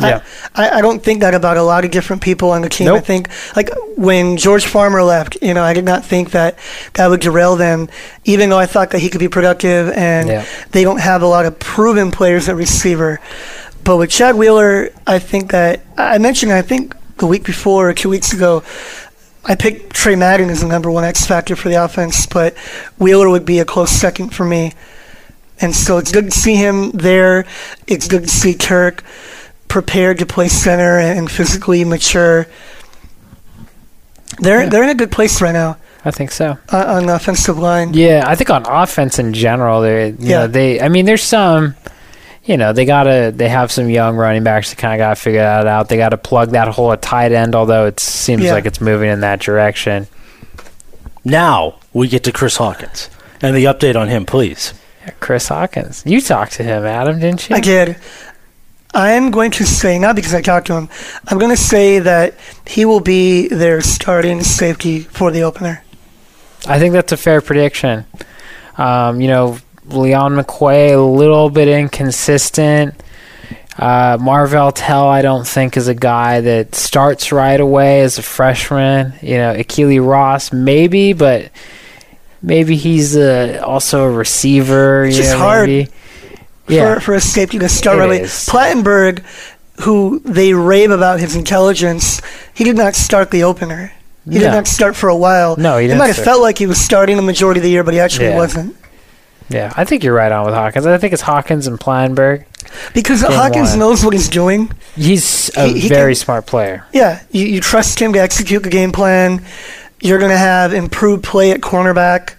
Speaker 6: Yeah.
Speaker 5: I, I don't think that about a lot of different people on the team. I
Speaker 6: Nope.
Speaker 5: think, like, when George Farmer left, you know, I did not think that that would derail them, even though I thought that he could be productive and
Speaker 6: Yeah.
Speaker 5: they don't have a lot of proven players at receiver. But with Chad Wheeler, I think that I I mentioned, I think the week before or two weeks ago, I picked Trey Madden as the number one X factor for the offense, but Wheeler would be a close second for me. And so it's good to see him there. It's good to see Turk prepared to play center and physically mature. They're they're in a good place right now
Speaker 6: I think so.
Speaker 5: uh, on the offensive line.
Speaker 6: Yeah, I think on offense in general, they yeah
Speaker 5: Yeah.
Speaker 6: they. I mean, there's some. You know, they gotta they have some young running backs that kind of gotta figure that out. They gotta plug that hole at tight end, although it seems
Speaker 5: Yeah.
Speaker 6: like it's moving in that direction.
Speaker 1: Now we get to Chris Hawkins and the update on him, please.
Speaker 6: Chris Hawkins, you talked to him, Adam, didn't you?
Speaker 5: I did. I am going to say not because I talked to him. I'm going to say that he will be their starting safety for the opener.
Speaker 6: I think that's a fair prediction. Um, you know, Leon McQuay a little bit inconsistent. Uh, Marvell Tell, I don't think, is a guy that starts right away as a freshman. You know, Akili Ross, maybe, but maybe he's uh, also a receiver.
Speaker 5: It's
Speaker 6: you
Speaker 5: just
Speaker 6: know,
Speaker 5: hard
Speaker 6: maybe. Yeah.
Speaker 5: for, for a safety to start
Speaker 6: It
Speaker 5: right away.
Speaker 6: is.
Speaker 5: Plattenberg, who they rave about his intelligence, he did not start the opener. He did
Speaker 6: No.
Speaker 5: not start for a while.
Speaker 6: No, he
Speaker 5: It
Speaker 6: didn't
Speaker 5: might have
Speaker 6: start.
Speaker 5: felt like he was starting the majority of the year, but he actually
Speaker 6: Yeah.
Speaker 5: wasn't.
Speaker 6: yeah, I think you're right on with Hawkins. I think it's Hawkins and Planberg.
Speaker 5: Because
Speaker 6: Then
Speaker 5: Hawkins
Speaker 6: why?
Speaker 5: knows what he's doing.
Speaker 6: He's a
Speaker 5: He- he
Speaker 6: very
Speaker 5: can-
Speaker 6: smart player.
Speaker 5: Yeah, you, you trust him to execute the game plan. You're going to have improved play at cornerback.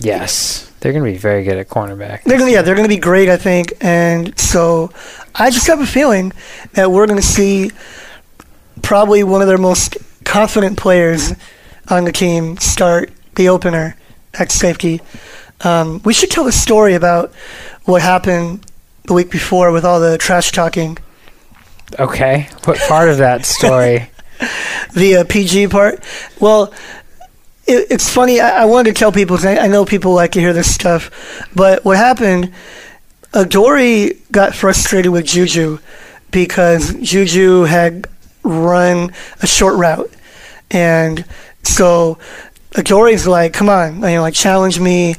Speaker 6: Yes. They're going to be very good at cornerback.
Speaker 5: They're gonna, yeah, they're going to be great, I think. And so, I just have a feeling that we're going to see probably one of their most confident players on the team start the opener at safety. Um, we should tell the story about what happened the week before with all the trash talking,
Speaker 6: Okay. What part of that story?
Speaker 5: the uh, PG part. Well, it, it's funny. I, I wanted to tell people 'cause I, I know people like to hear this stuff, but what happened? Adori got frustrated with Juju because Juju had run a short route, and so Adori's like, "Come on, you know, like challenge me,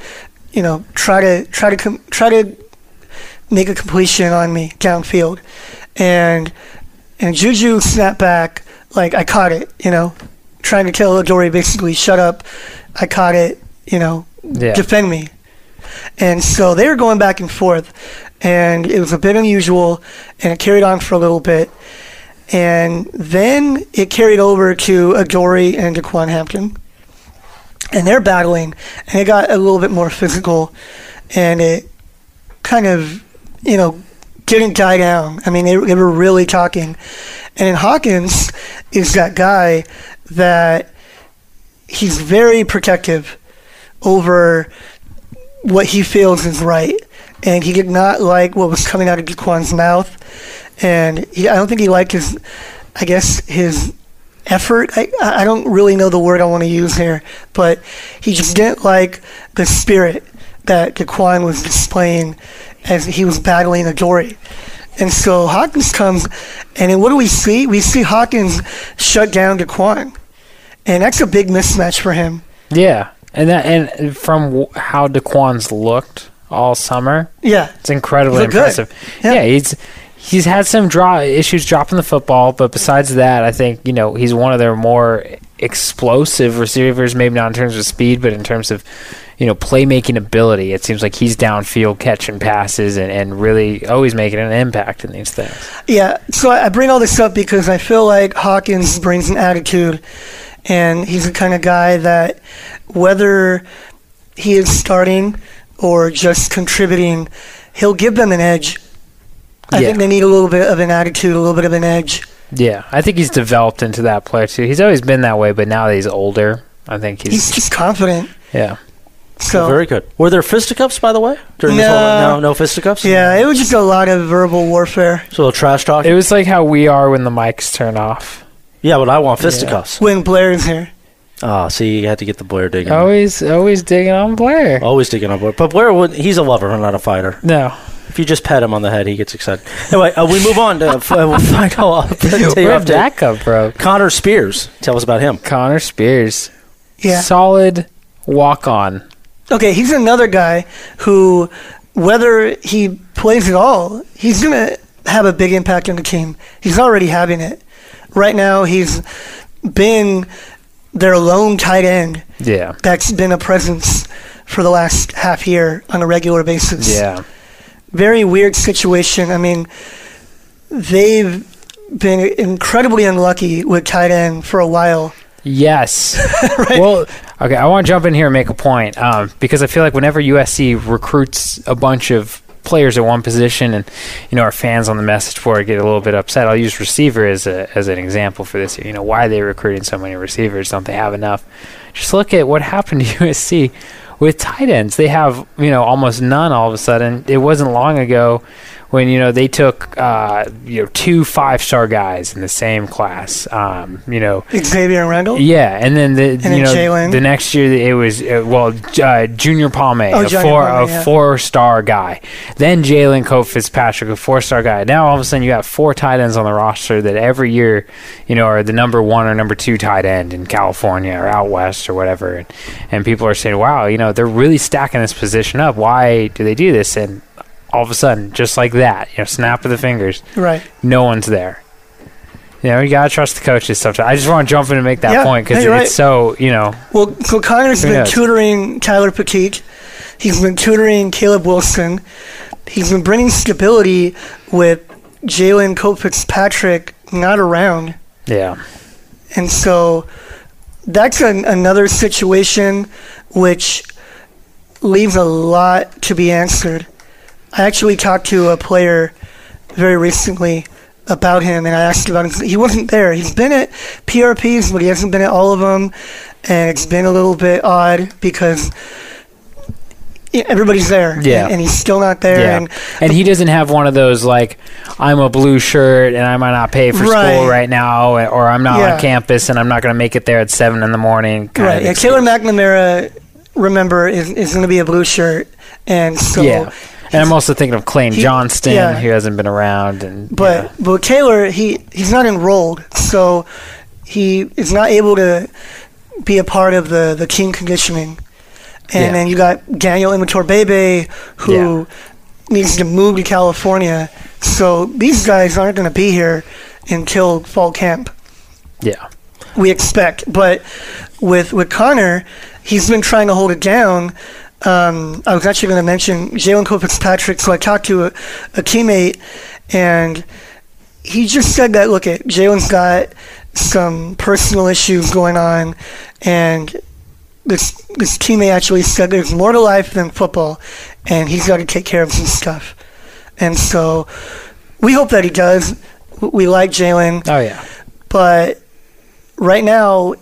Speaker 5: you know, try to try to com- try to make a completion on me downfield," and and Juju snapped back like, "I caught it," you know, trying to tell Adoree basically, shut up, I caught it, you know,
Speaker 6: Yeah.
Speaker 5: defend me. And so they were going back and forth, and it was a bit unusual, and it carried on for a little bit. And then it carried over to Adoree and Daquan Hampton. And they're battling, and it got a little bit more physical, and it kind of, you know, didn't die down. I mean, they, they were really talking. And then Hawkins is that guy that he's very protective over what he feels is right. And he did not like what was coming out of Daquan's mouth. And he, I don't think he liked his, I guess, his effort. I, I don't really know the word I want to use here, but he just didn't like the spirit that Daquan was displaying as he was battling Adori. And so Hawkins comes, and then what do we see? We see Hawkins shut down Daquan. And that's a big mismatch for him.
Speaker 6: Yeah, and that and from w- how DeQuan's looked all summer,
Speaker 5: Yeah.
Speaker 6: it's incredibly
Speaker 5: He's looked good.
Speaker 6: impressive.
Speaker 5: Yeah.
Speaker 6: Yeah. he's he's had some draw issues dropping the football, but besides that, I think you know he's one of their more explosive receivers. Maybe not in terms of speed, but in terms of you know playmaking ability. It seems like he's downfield catching passes and, and really always making an impact in these things.
Speaker 5: Yeah, so I I bring all this up because I feel like Hawkins brings an attitude, and he's the kind of guy that whether he is starting or just contributing, he'll give them an edge. I
Speaker 6: Yeah.
Speaker 5: think they need a little bit of an attitude, a little bit of an edge.
Speaker 6: Yeah, I think he's developed into that player too. He's always been that way, but now that he's older, I think he's,
Speaker 5: He's just confident.
Speaker 6: yeah.
Speaker 5: So
Speaker 1: Very good. Were there fisticuffs, by the way? During this
Speaker 5: No.
Speaker 1: whole, no, no fisticuffs.
Speaker 5: yeah, it was just a lot of verbal warfare.
Speaker 1: So a little trash talk.
Speaker 6: It was like how we are when the mics turn off.
Speaker 1: yeah, but I want fisticuffs.
Speaker 5: When Blair is here,
Speaker 1: Ah, see, you had to get the Blair digging.
Speaker 6: Always, always digging on Blair.
Speaker 1: Always digging on Blair, but Blair would, he's a lover, not a fighter.
Speaker 6: No,
Speaker 1: If you just pet him on the head, he gets excited. Anyway, uh, we move on to f- uh, final up.
Speaker 6: where did that come from?
Speaker 1: Connor Spears, tell us about him.
Speaker 6: Connor Spears,
Speaker 5: yeah.
Speaker 6: solid walk on.
Speaker 5: Okay, he's another guy who, whether he plays at all, he's going to have a big impact on the team. He's already having it. Right now, he's been their lone tight end
Speaker 6: Yeah,
Speaker 5: that's been a presence for the last half year on a regular basis.
Speaker 6: yeah,
Speaker 5: Very weird situation. I mean, they've been incredibly unlucky with tight end for a while.
Speaker 6: yes. Well, okay, I want to jump in here and make a point um, because I feel like whenever USC recruits a bunch of players at one position, and you know our fans on the message board get a little bit upset. I'll use receiver as a as an example for this. You know why are they recruiting so many receivers? Don't they have enough? Just look at what happened to USC with tight ends. They have you know almost none all of a sudden. It wasn't long ago when you know they took uh, you know two five star guys in the same class. Um, you know
Speaker 5: Xavier and Randall?
Speaker 6: yeah, and then the
Speaker 5: then
Speaker 6: you know
Speaker 5: Jalen.
Speaker 6: the next year it was uh, well J- uh, Junior Palme,
Speaker 5: Oh,
Speaker 6: a
Speaker 5: Junior
Speaker 6: four
Speaker 5: Palme,
Speaker 6: a
Speaker 5: yeah.
Speaker 6: four star guy. Then Jalen Cope Fitzpatrick, a four star guy. Now all of a sudden you got four tight ends on the roster that every year you know are the number one or number two tight end in California or out west or whatever, and, and people are saying, wow, you know they're really stacking this position up. Why do they do this? And all of a sudden, just like that, you know, snap of the fingers,
Speaker 5: Right.
Speaker 6: no one's there. You know, you gotta trust the coaches sometimes. I just want to jump in and make that
Speaker 5: Yeah,
Speaker 6: point
Speaker 5: no,
Speaker 6: because
Speaker 5: you're
Speaker 6: it's
Speaker 5: right.
Speaker 6: so you know.
Speaker 5: Well, so Connor's
Speaker 6: Who
Speaker 5: been
Speaker 6: knows?
Speaker 5: tutoring Tyler Petit. He's been tutoring Caleb Wilson. He's been bringing stability with Jalen Cope Fitzpatrick not around.
Speaker 6: Yeah,
Speaker 5: And so that's an, another situation which leaves a lot to be answered. I actually talked to a player very recently about him, and I asked about him. He wasn't there. He's been at PRPs, but he hasn't been at all of them, and it's been a little bit odd because yeah, everybody's there,
Speaker 6: Yeah.
Speaker 5: and, and he's still not there.
Speaker 6: yeah.
Speaker 5: And
Speaker 6: And he doesn't have one of those like I'm a blue shirt and I might not pay for
Speaker 5: Right.
Speaker 6: school right now, or I'm not
Speaker 5: Yeah.
Speaker 6: on campus and I'm not going to make it there at seven in the morning. kind
Speaker 5: Right.
Speaker 6: of
Speaker 5: Yeah,
Speaker 6: excuse.
Speaker 5: Taylor McNamara, remember, is, is going to be a blue shirt. And so,
Speaker 6: yeah. And I'm also thinking of Clayton
Speaker 5: he-
Speaker 6: Johnston,
Speaker 5: yeah.
Speaker 6: who hasn't been around, and
Speaker 5: but, but Taylor, he, he's not enrolled. So he is not able to be a part of the, the team conditioning. And
Speaker 6: Yeah.
Speaker 5: then you got Daniel Immature Bebe, who
Speaker 6: Yeah.
Speaker 5: needs to move to California. So these guys aren't going to be here until fall camp.
Speaker 6: yeah, yeah.
Speaker 5: we expect. But with with Connor, he's been trying to hold it down. Um, I was actually going to mention Jalen Cole Fitzpatrick. So I talked to a, a teammate, and he just said that look at Jalen's got some personal issues going on, and this this teammate actually said there's more to life than football, and he's got to take care of some stuff. And so we hope that he does. We- We like Jalen,
Speaker 6: Oh yeah.
Speaker 5: but right now,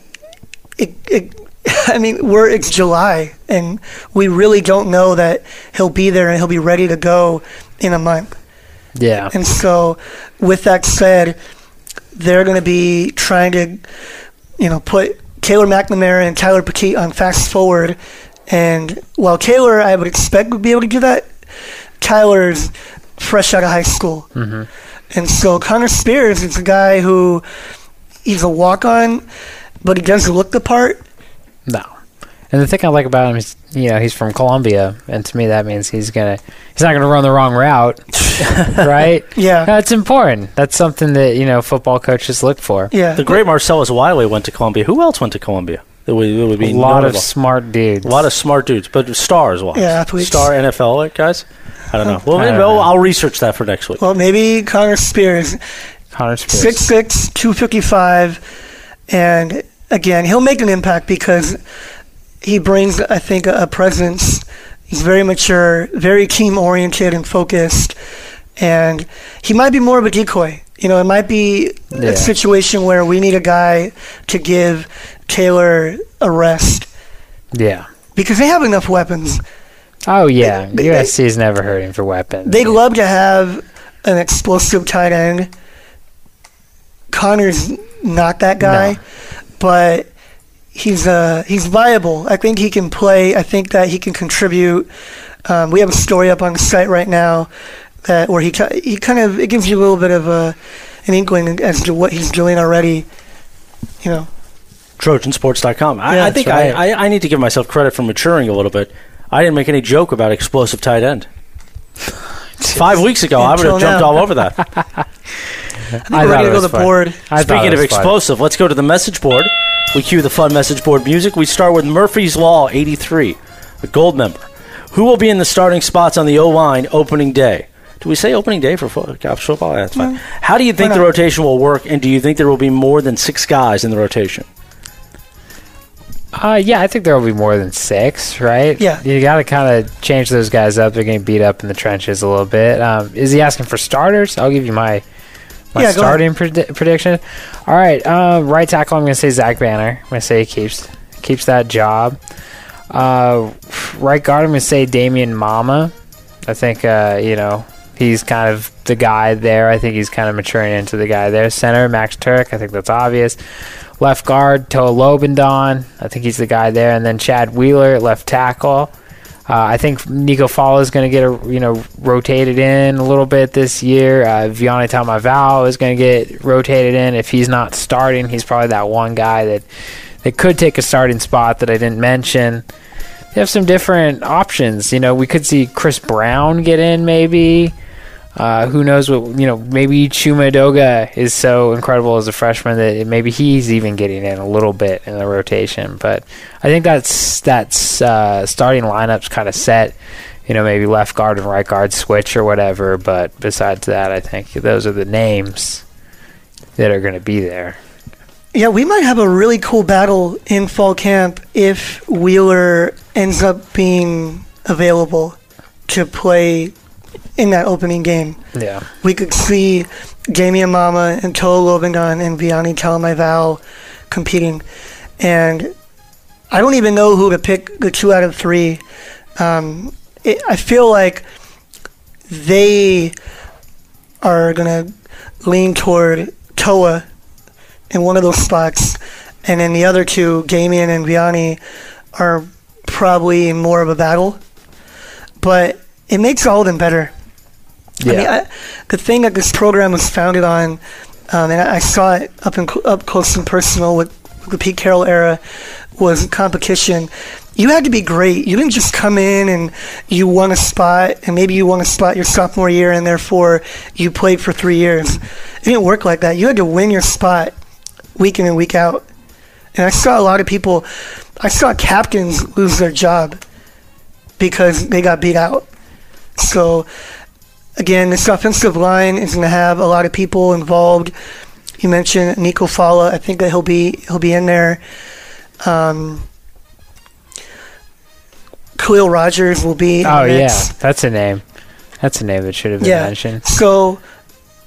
Speaker 5: it, it, I mean, we're it's July, and we really don't know that he'll be there and he'll be ready to go in a month.
Speaker 6: Yeah.
Speaker 5: And so, with that said, they're going to be trying to, you know, put Taylor McNamara and Tyler Petit on fast forward. And while Taylor, I would expect, would be able to do that, Tyler's fresh out of high school.
Speaker 1: Mm-hmm.
Speaker 5: And so, Connor Spears is a guy who he's a walk on, but he does look the part.
Speaker 6: No. And the thing I like about him is, you know, he's from Colombia, and to me that means he's gonna he's not gonna run the wrong route, right?
Speaker 5: Yeah.
Speaker 6: That's important. That's something that you know football coaches look for.
Speaker 5: Yeah.
Speaker 1: The great Marcellus Wiley went to Columbia. Who else went to Columbia? That would, that would be
Speaker 6: A lot of
Speaker 1: notable?
Speaker 6: smart dudes.
Speaker 1: a lot of smart dudes, but stars wise,
Speaker 5: Yeah, athletes.
Speaker 1: star NFL guys. I don't know. Well,
Speaker 6: I don't
Speaker 1: maybe
Speaker 6: know.
Speaker 1: I'll research that for next week.
Speaker 5: well, maybe Connor Spears
Speaker 6: Connor Spears.
Speaker 5: Six six, two fifty five, and again, he'll make an impact because he brings, I think, a presence. He's very mature, very team oriented and focused, and he might be more of a decoy. You know, it might be
Speaker 6: Yeah.
Speaker 5: a situation where we need a guy to give Taylor a rest
Speaker 6: Yeah.
Speaker 5: because they have enough weapons.
Speaker 6: Oh yeah.
Speaker 5: They- they-
Speaker 6: USC's never hurting for weapons.
Speaker 5: They'd love to have an explosive tight end. Connor's not that guy,
Speaker 6: No.
Speaker 5: but he's uh he's viable. I think he can play. I think that he can contribute. Um, we have a story up on the site right now that where he ki- he kind of it gives you a little bit of a an inkling as to what he's doing already. You know,
Speaker 1: Trojansports.com. I,
Speaker 5: Yeah,
Speaker 1: I think
Speaker 5: that's right.
Speaker 1: I, I, I need to give myself credit for maturing a little bit. I didn't make any joke about explosive tight end. Five weeks ago, I would
Speaker 5: Until
Speaker 1: have jumped
Speaker 5: now.
Speaker 1: all over that.
Speaker 6: I
Speaker 5: we're
Speaker 6: thought
Speaker 5: ready to
Speaker 6: it
Speaker 5: go
Speaker 6: was
Speaker 5: to the
Speaker 6: fun.
Speaker 5: board.
Speaker 6: I thought
Speaker 1: Speaking
Speaker 6: it
Speaker 1: of
Speaker 6: was fun.
Speaker 1: explosive, let's go to the message board. We cue the fun message board music. We start with Murphy's Law 83, a gold member. Who will be in the starting spots on the O line opening day? Do we say opening day for fo- college football? Yeah, That's fine. How do you think the
Speaker 5: not?
Speaker 1: rotation will work, and do you think there will be more than six guys in the rotation?
Speaker 6: Uh, yeah, I think there will be more than six, right?
Speaker 5: Yeah.
Speaker 6: You got to kind of change those guys up. They're getting beat up in the trenches a little bit. Um, is he asking for starters? I'll give you my my
Speaker 5: Yeah, go
Speaker 6: starting predi- prediction. All right, uh, right tackle. I'm going to say Zach Banner. I'm going to say he keeps keeps that job. Uh, right guard. I'm going to say Damian Mama. I think uh, you know he's kind of the guy there. I think he's kind of maturing into the guy there. Center Max Turk. I think that's obvious. Left guard Toa Lobendon. I think he's the guy there. And then Chad Wheeler at left tackle. Uh, I think Nico Fall is going to get a, you know rotated in a little bit this year. Uh, Vianney Tamavao is going to get rotated in if he's not starting. He's probably that one guy that that could take a starting spot that I didn't mention they have some different options. You know, we could see Chris Brown get in, maybe. Uh, who knows what you know? Maybe Chuma Doga is so incredible as a freshman that it- maybe he's even getting in a little bit in the rotation. But I think that's that's uh, starting lineups kind of set. You know, maybe left guard and right guard switch or whatever. But besides that, I think those are the names that are going to be there.
Speaker 5: Yeah, we might have a really cool battle in fall camp if Wheeler ends up being available to play in that opening game.
Speaker 6: Yeah,
Speaker 5: We could see Damian Mama and Toa Lovingon and Vianney Talamaival competing. And I don't even know who to pick the two out of three. Um, it, I feel like they are going to lean toward Toa in one of those spots, and then the other two, Damien and Vianney, are probably in more of a battle. But it makes all of them better. I mean, I, the thing that this program was founded on, um, and I, I saw it up in, cl- up close and personal with, with the Pete Carroll era, was competition. You had to be great. You didn't just come in and you won a spot, and maybe you won a spot your sophomore year, and therefore you played for three years. It didn't work like that. You had to win your spot week in and week out. And I saw a lot of people, I saw captains lose their job because they got beat out. So, again, this offensive line is going to have a lot of people involved. You mentioned Nico Fala. I think that he'll be he'll be in there. Um, Khalil Rogers will be. in the
Speaker 6: Oh
Speaker 5: mix.
Speaker 6: yeah, that's a name. That's a name that should have been
Speaker 5: Yeah.
Speaker 6: mentioned.
Speaker 5: So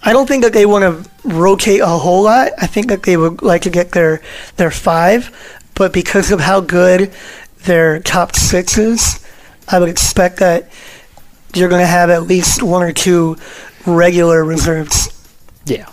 Speaker 5: I don't think that they want to rotate a whole lot. I think that they would like to get their their five, but because of how good their top six is, I would expect that you're going to have at least one or two regular reserves.
Speaker 6: Yeah,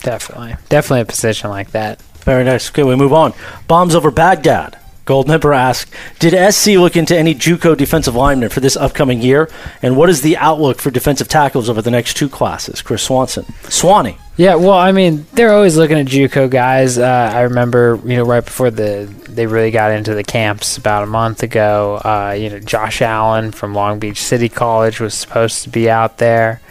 Speaker 6: definitely, definitely a position like that.
Speaker 1: Very nice. Okay, we move on. Bombs over Baghdad. Gold Nipper asks, did SC look into any JUCO defensive linemen for this upcoming year? And what is the outlook for defensive tackles over the next two classes? Chris Swanson. Swanee.
Speaker 6: Yeah, well, I mean, they're always looking at JUCO guys. Uh, I remember, you know, right before the they really got into the camps about a month ago. Uh, you know, Josh Allen from Long Beach City College was supposed to be out there.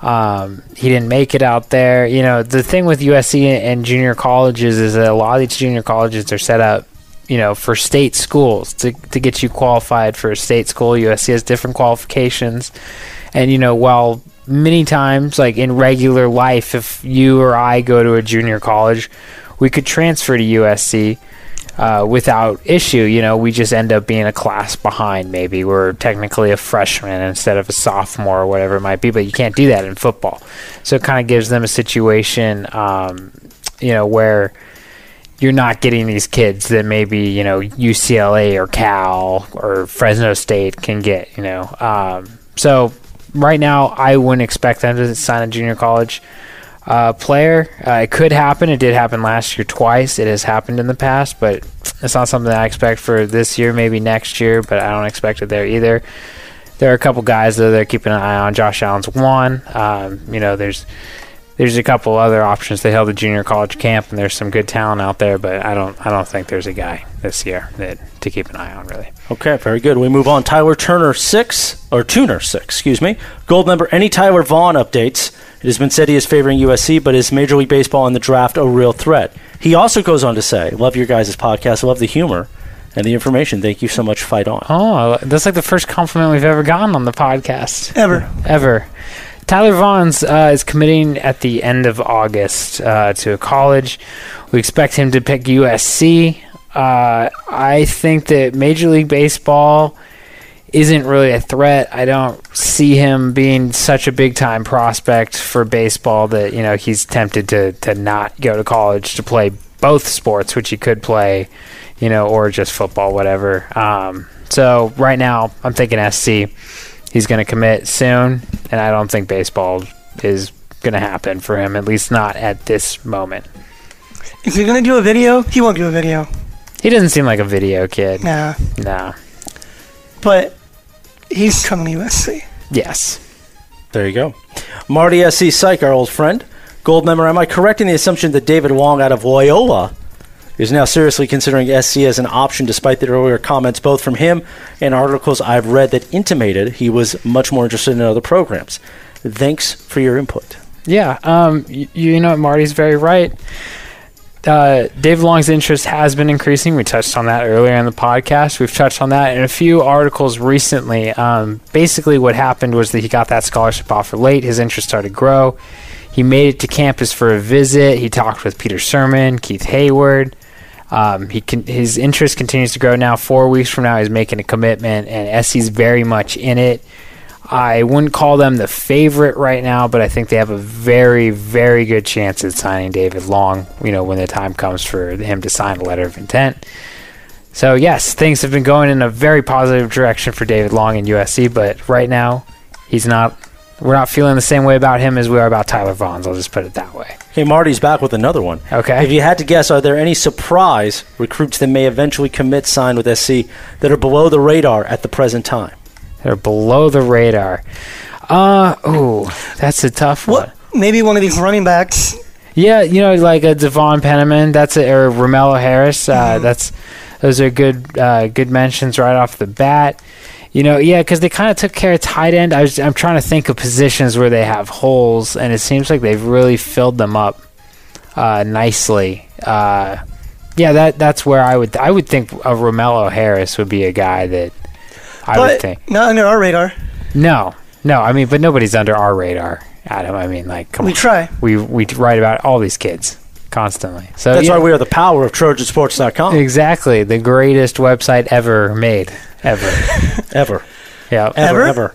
Speaker 6: Um, he didn't make it out there. You know, the thing with USC and junior colleges is that a lot of these junior colleges are set up you know, for state schools to, to get you qualified for a state school. USC has different qualifications. And, you know, while many times, like in regular life, if you or I go to a junior college, we could transfer to USC uh, without issue. You know, we just end up being a class behind, maybe. We're technically a freshman instead of a sophomore or whatever it might be, but you can't do that in football. So it kind of gives them a situation, um, you know, where you're not getting these kids that maybe you know UCLA or Cal or Fresno State can get. You know, um, so right now I wouldn't expect them to sign a junior college uh, player. Uh, it could happen. It did happen last year twice. It has happened in the past, but it's not something that I expect for this year. Maybe next year, but I don't expect it there either. There are a couple guys though they're keeping an eye on. Josh Allen's one. Um, you know, there's there's a couple other options. They held a junior college camp, and there's some good talent out there, but I don't I don't think there's a guy this year that to keep an eye on really.
Speaker 1: Okay, very good. We move on. Tyler Turner six or Tuner six, excuse me. Gold member. Any Tyler Vaughn updates? It has been said he is favoring USC, but is Major League Baseball in the draft a real threat? He also goes on to say, "Love your guys' podcast. Love the humor and the information. Thank you so much. Fight on."
Speaker 6: Oh, that's like the first compliment we've ever gotten on the podcast
Speaker 5: Ever.
Speaker 6: ever. Tyler Vaughn's uh, is committing at the end of August uh, to a college. We expect him to pick USC. Uh, I think that Major League Baseball isn't really a threat. I don't see him being such a big time prospect for baseball that you know he's tempted to to not go to college to play both sports, which he could play, you know, or just football, whatever. Um, so right now, I'm thinking SC. He's going to commit soon, and I don't think baseball is going to happen for him, at least not at this moment.
Speaker 5: Is he going to do a video? He won't do a video.
Speaker 6: He doesn't seem like a video kid.
Speaker 5: Nah.
Speaker 6: No.
Speaker 5: But he's coming to USC.
Speaker 6: Yes.
Speaker 1: There you go. Marty S.C. Syke, our old friend. Gold member, am I correct in the assumption that David Wong out of Loyola is now seriously considering SC as an option despite the earlier comments both from him and articles I've read that intimated he was much more interested in other programs? Thanks for your input.
Speaker 6: Yeah, um, you, you know, Marty's very right. Uh, Dave Long's interest has been increasing. We touched on that earlier in the podcast. We've touched on that in a few articles recently. Um, basically, what happened was that he got that scholarship offer late. His interest started to grow. He made it to campus for a visit. He talked with Peter Sermon, Keith Hayward. Um, he con- his interest continues to grow now. Four weeks from now, he's making a commitment, and SC's very much in it. I wouldn't call them the favorite right now, but I think they have a very, very good chance at signing David Long, you know, when the time comes for him to sign a letter of intent. So, yes, things have been going in a very positive direction for David Long and USC, but right now, he's not, we're not feeling the same way about him as we are about Tyler Vaughn's. I'll just put it that way.
Speaker 1: Hey, Marty's back with another one.
Speaker 6: Okay.
Speaker 1: If you had to guess, are there any surprise recruits that may eventually commit sign with SC that are below the radar at the present time?
Speaker 6: They're below the radar. Uh, ooh, that's a tough one.
Speaker 5: What? Maybe one of these running backs.
Speaker 6: Yeah, you know, like a Devon Penniman, that's a, or Romello Harris. Uh, That's those are good uh, good mentions right off the bat. You know, yeah, because they kind of took care of tight end. I was, I'm trying to think of positions where they have holes, and it seems like they've really filled them up uh, nicely. Uh, yeah, that that's where I would I would think a Romello Harris would be a guy that I would
Speaker 5: but
Speaker 6: think.
Speaker 5: not under our radar.
Speaker 6: No, no, I mean, but nobody's under our radar, Adam. I mean, like, come
Speaker 5: We
Speaker 6: on.
Speaker 5: try.
Speaker 6: We we write about all these kids constantly. So
Speaker 1: That's
Speaker 6: Oh, yeah.
Speaker 1: why we are the power of TrojanSports.com
Speaker 6: exactly the greatest website ever made, ever.
Speaker 1: ever.
Speaker 6: yeah,
Speaker 1: ever, ever.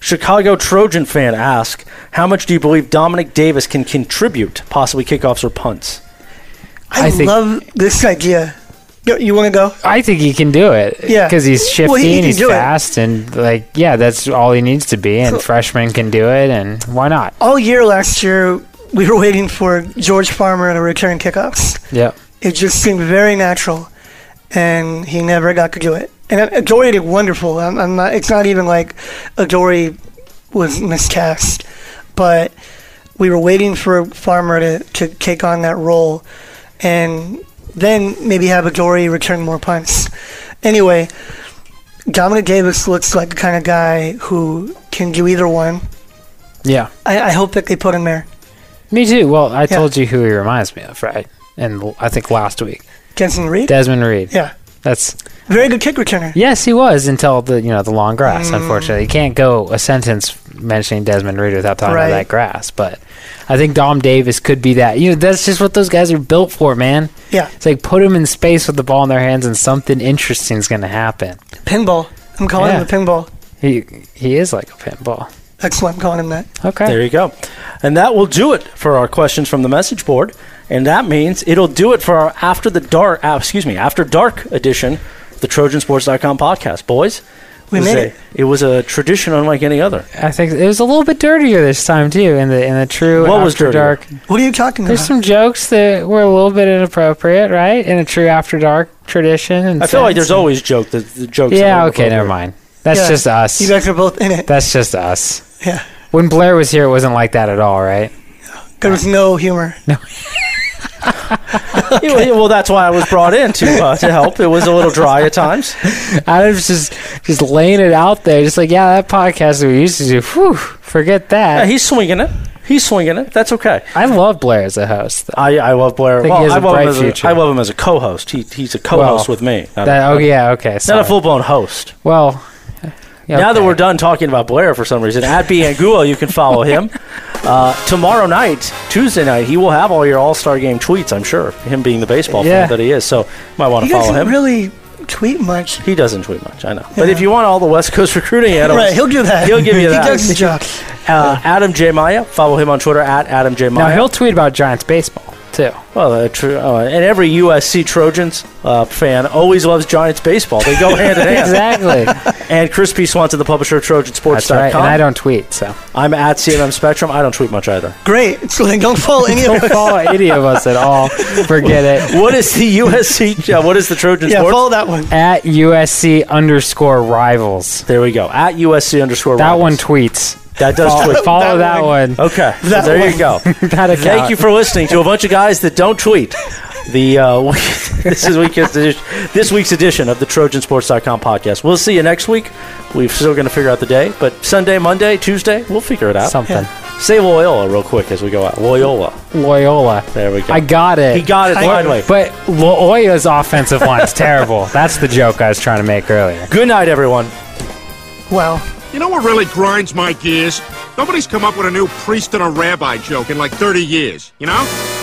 Speaker 1: Chicago Trojan fan asks, "How much do you believe Dominic Davis can contribute, possibly kickoffs or punts?"
Speaker 5: I,
Speaker 6: I think-
Speaker 5: love this idea. Yo, you want to go?
Speaker 6: I think he can do it.
Speaker 5: Yeah.
Speaker 6: because he's shifty
Speaker 5: Well, he- he
Speaker 6: and
Speaker 5: can
Speaker 6: he's
Speaker 5: do it.
Speaker 6: fast and like yeah, that's all he needs to be. And freshmen can do it, and why not?
Speaker 5: All year last year, we were waiting for George Farmer to return kickoffs.
Speaker 6: Yeah,
Speaker 5: It just seemed very natural, and he never got to do it. And Adori did wonderful. I'm, I'm not, it's not even like Adori was miscast, but we were waiting for Farmer to, to take on that role, and then maybe have Adori return more punts. Anyway, Dominic Davis looks like the kind of guy who can do either one.
Speaker 6: yeah.
Speaker 5: I, I hope that they put him there.
Speaker 6: Me too. Well, I told you who he reminds me of, right? And l- I think last week,
Speaker 5: Jensen Reed?
Speaker 6: Desmond Reed.
Speaker 5: yeah.
Speaker 6: That's
Speaker 5: Very good kick returner.
Speaker 6: yes, he was until the you know the long grass.
Speaker 5: Mm.
Speaker 6: Unfortunately, you can't go a sentence mentioning Desmond Reed without talking
Speaker 5: Right.
Speaker 6: about that grass. But I think Dom Davis could be that. You know, that's just what those guys are built for, man.
Speaker 5: Yeah.
Speaker 6: It's like put them in space with the ball in their hands, and something interesting is going to happen.
Speaker 5: Pinball. I'm calling
Speaker 6: Yeah.
Speaker 5: him a pinball.
Speaker 6: He he is like a pinball.
Speaker 5: That's why I'm calling him that.
Speaker 6: Okay.
Speaker 1: There you go. And that will do it for our questions from the message board. And that means it'll do it for our after the dark, uh, excuse me, after dark edition, of the Trojansports.com podcast. Boys,
Speaker 5: We
Speaker 1: was
Speaker 5: made
Speaker 1: a-
Speaker 5: it.
Speaker 1: It was a tradition unlike any other.
Speaker 6: I think it was a little bit dirtier this time too. In the in the true
Speaker 1: What
Speaker 6: after
Speaker 1: was dirtier?
Speaker 6: dark.
Speaker 5: What are you talking
Speaker 6: There's
Speaker 5: about?
Speaker 6: some jokes that were a little bit inappropriate, right? In a true after dark tradition. And
Speaker 1: I feel like
Speaker 6: sense.
Speaker 1: there's always joke the, the jokes. that
Speaker 6: Yeah.
Speaker 1: are
Speaker 6: Okay. Never mind. That's
Speaker 5: Yeah.
Speaker 6: just us.
Speaker 5: You guys are both in it.
Speaker 6: That's just us.
Speaker 5: Yeah.
Speaker 6: When Blair was here, it wasn't like that at all, right?
Speaker 5: There was no humor.
Speaker 1: Yeah, Well, that's why I was brought in to uh, to help. It was a little dry at times.
Speaker 6: Adam's just just laying it out there, just like yeah, that podcast that we used to do. Whew, forget that.
Speaker 1: Yeah, Uh, he's swinging it. He's swinging it. That's okay.
Speaker 6: I love Blair as a host.
Speaker 1: I, I love Blair.
Speaker 6: think
Speaker 1: well,
Speaker 6: he has
Speaker 1: I
Speaker 6: a
Speaker 1: love him
Speaker 6: bright
Speaker 1: as
Speaker 6: future.
Speaker 1: A, I love him as a co-host. He, he's a co-host
Speaker 6: Well,
Speaker 1: with me. Not,
Speaker 6: That, oh yeah, okay.
Speaker 1: a, not
Speaker 6: sorry.
Speaker 1: a full-blown host.
Speaker 6: Well,
Speaker 1: Now that
Speaker 6: okay.
Speaker 1: we're done talking about Blair for some reason, at B Angua, you can follow him. Uh, tomorrow night, Tuesday night, he will have all your All-Star Game tweets. I'm sure him being the baseball
Speaker 6: Yeah.
Speaker 1: fan that he is. So you might want
Speaker 5: You
Speaker 1: to
Speaker 5: guys
Speaker 1: follow
Speaker 5: don't
Speaker 1: him.
Speaker 5: really tweet much.
Speaker 1: he doesn't tweet much, I know. But if you want all the West Coast recruiting analysts,
Speaker 5: Right, he'll do that.
Speaker 1: He'll give you that.
Speaker 5: He does the job.
Speaker 1: Uh, Adam J Maya, follow him on Twitter at Adam J
Speaker 6: now
Speaker 1: Maya.
Speaker 6: he'll tweet about Giants baseball too.
Speaker 1: Well, uh, true, uh, and every USC Trojans uh, fan always loves Giants baseball. They go hand in hand.
Speaker 6: Exactly.
Speaker 1: And Chris P. Swanson, the publisher of
Speaker 6: That's right. And
Speaker 1: TrojanSports.com.
Speaker 6: I don't tweet, so
Speaker 1: I'm at CMM Spectrum. I don't tweet much either.
Speaker 5: Great. So then don't follow any of
Speaker 6: don't
Speaker 5: them.
Speaker 6: follow any of us at all. Forget it.
Speaker 1: What is the USC? Uh, what is the Trojan
Speaker 5: Yeah,
Speaker 1: Sports?
Speaker 5: follow that one.
Speaker 6: At USC underscore rivals.
Speaker 1: there we go. At USC underscore.
Speaker 6: That
Speaker 1: Rivals.
Speaker 6: one tweets.
Speaker 1: That does
Speaker 6: Follow,
Speaker 1: tweet.
Speaker 6: follow that,
Speaker 5: That
Speaker 6: one.
Speaker 1: Okay, so
Speaker 5: That
Speaker 1: there you
Speaker 5: one.
Speaker 1: go.
Speaker 6: That account.
Speaker 1: Thank you for listening to a bunch of guys that don't tweet. The uh, we- this is week's edition, this week's edition of the Trojansports.com podcast. We'll see you next week. We're still going to figure out the day, but Sunday, Monday, Tuesday, we'll figure it out.
Speaker 6: Something.
Speaker 1: Say Loyola real quick as we go out. Loyola.
Speaker 6: Loyola.
Speaker 1: There we go.
Speaker 6: I got it.
Speaker 1: He got it finally.
Speaker 6: But Loyola's offensive line's terrible. That's the joke I was trying to make earlier.
Speaker 1: Good night, everyone.
Speaker 5: Wow.
Speaker 8: You know what really grinds my gears? Nobody's come up with a new priest and a rabbi joke in like 30 years, you know?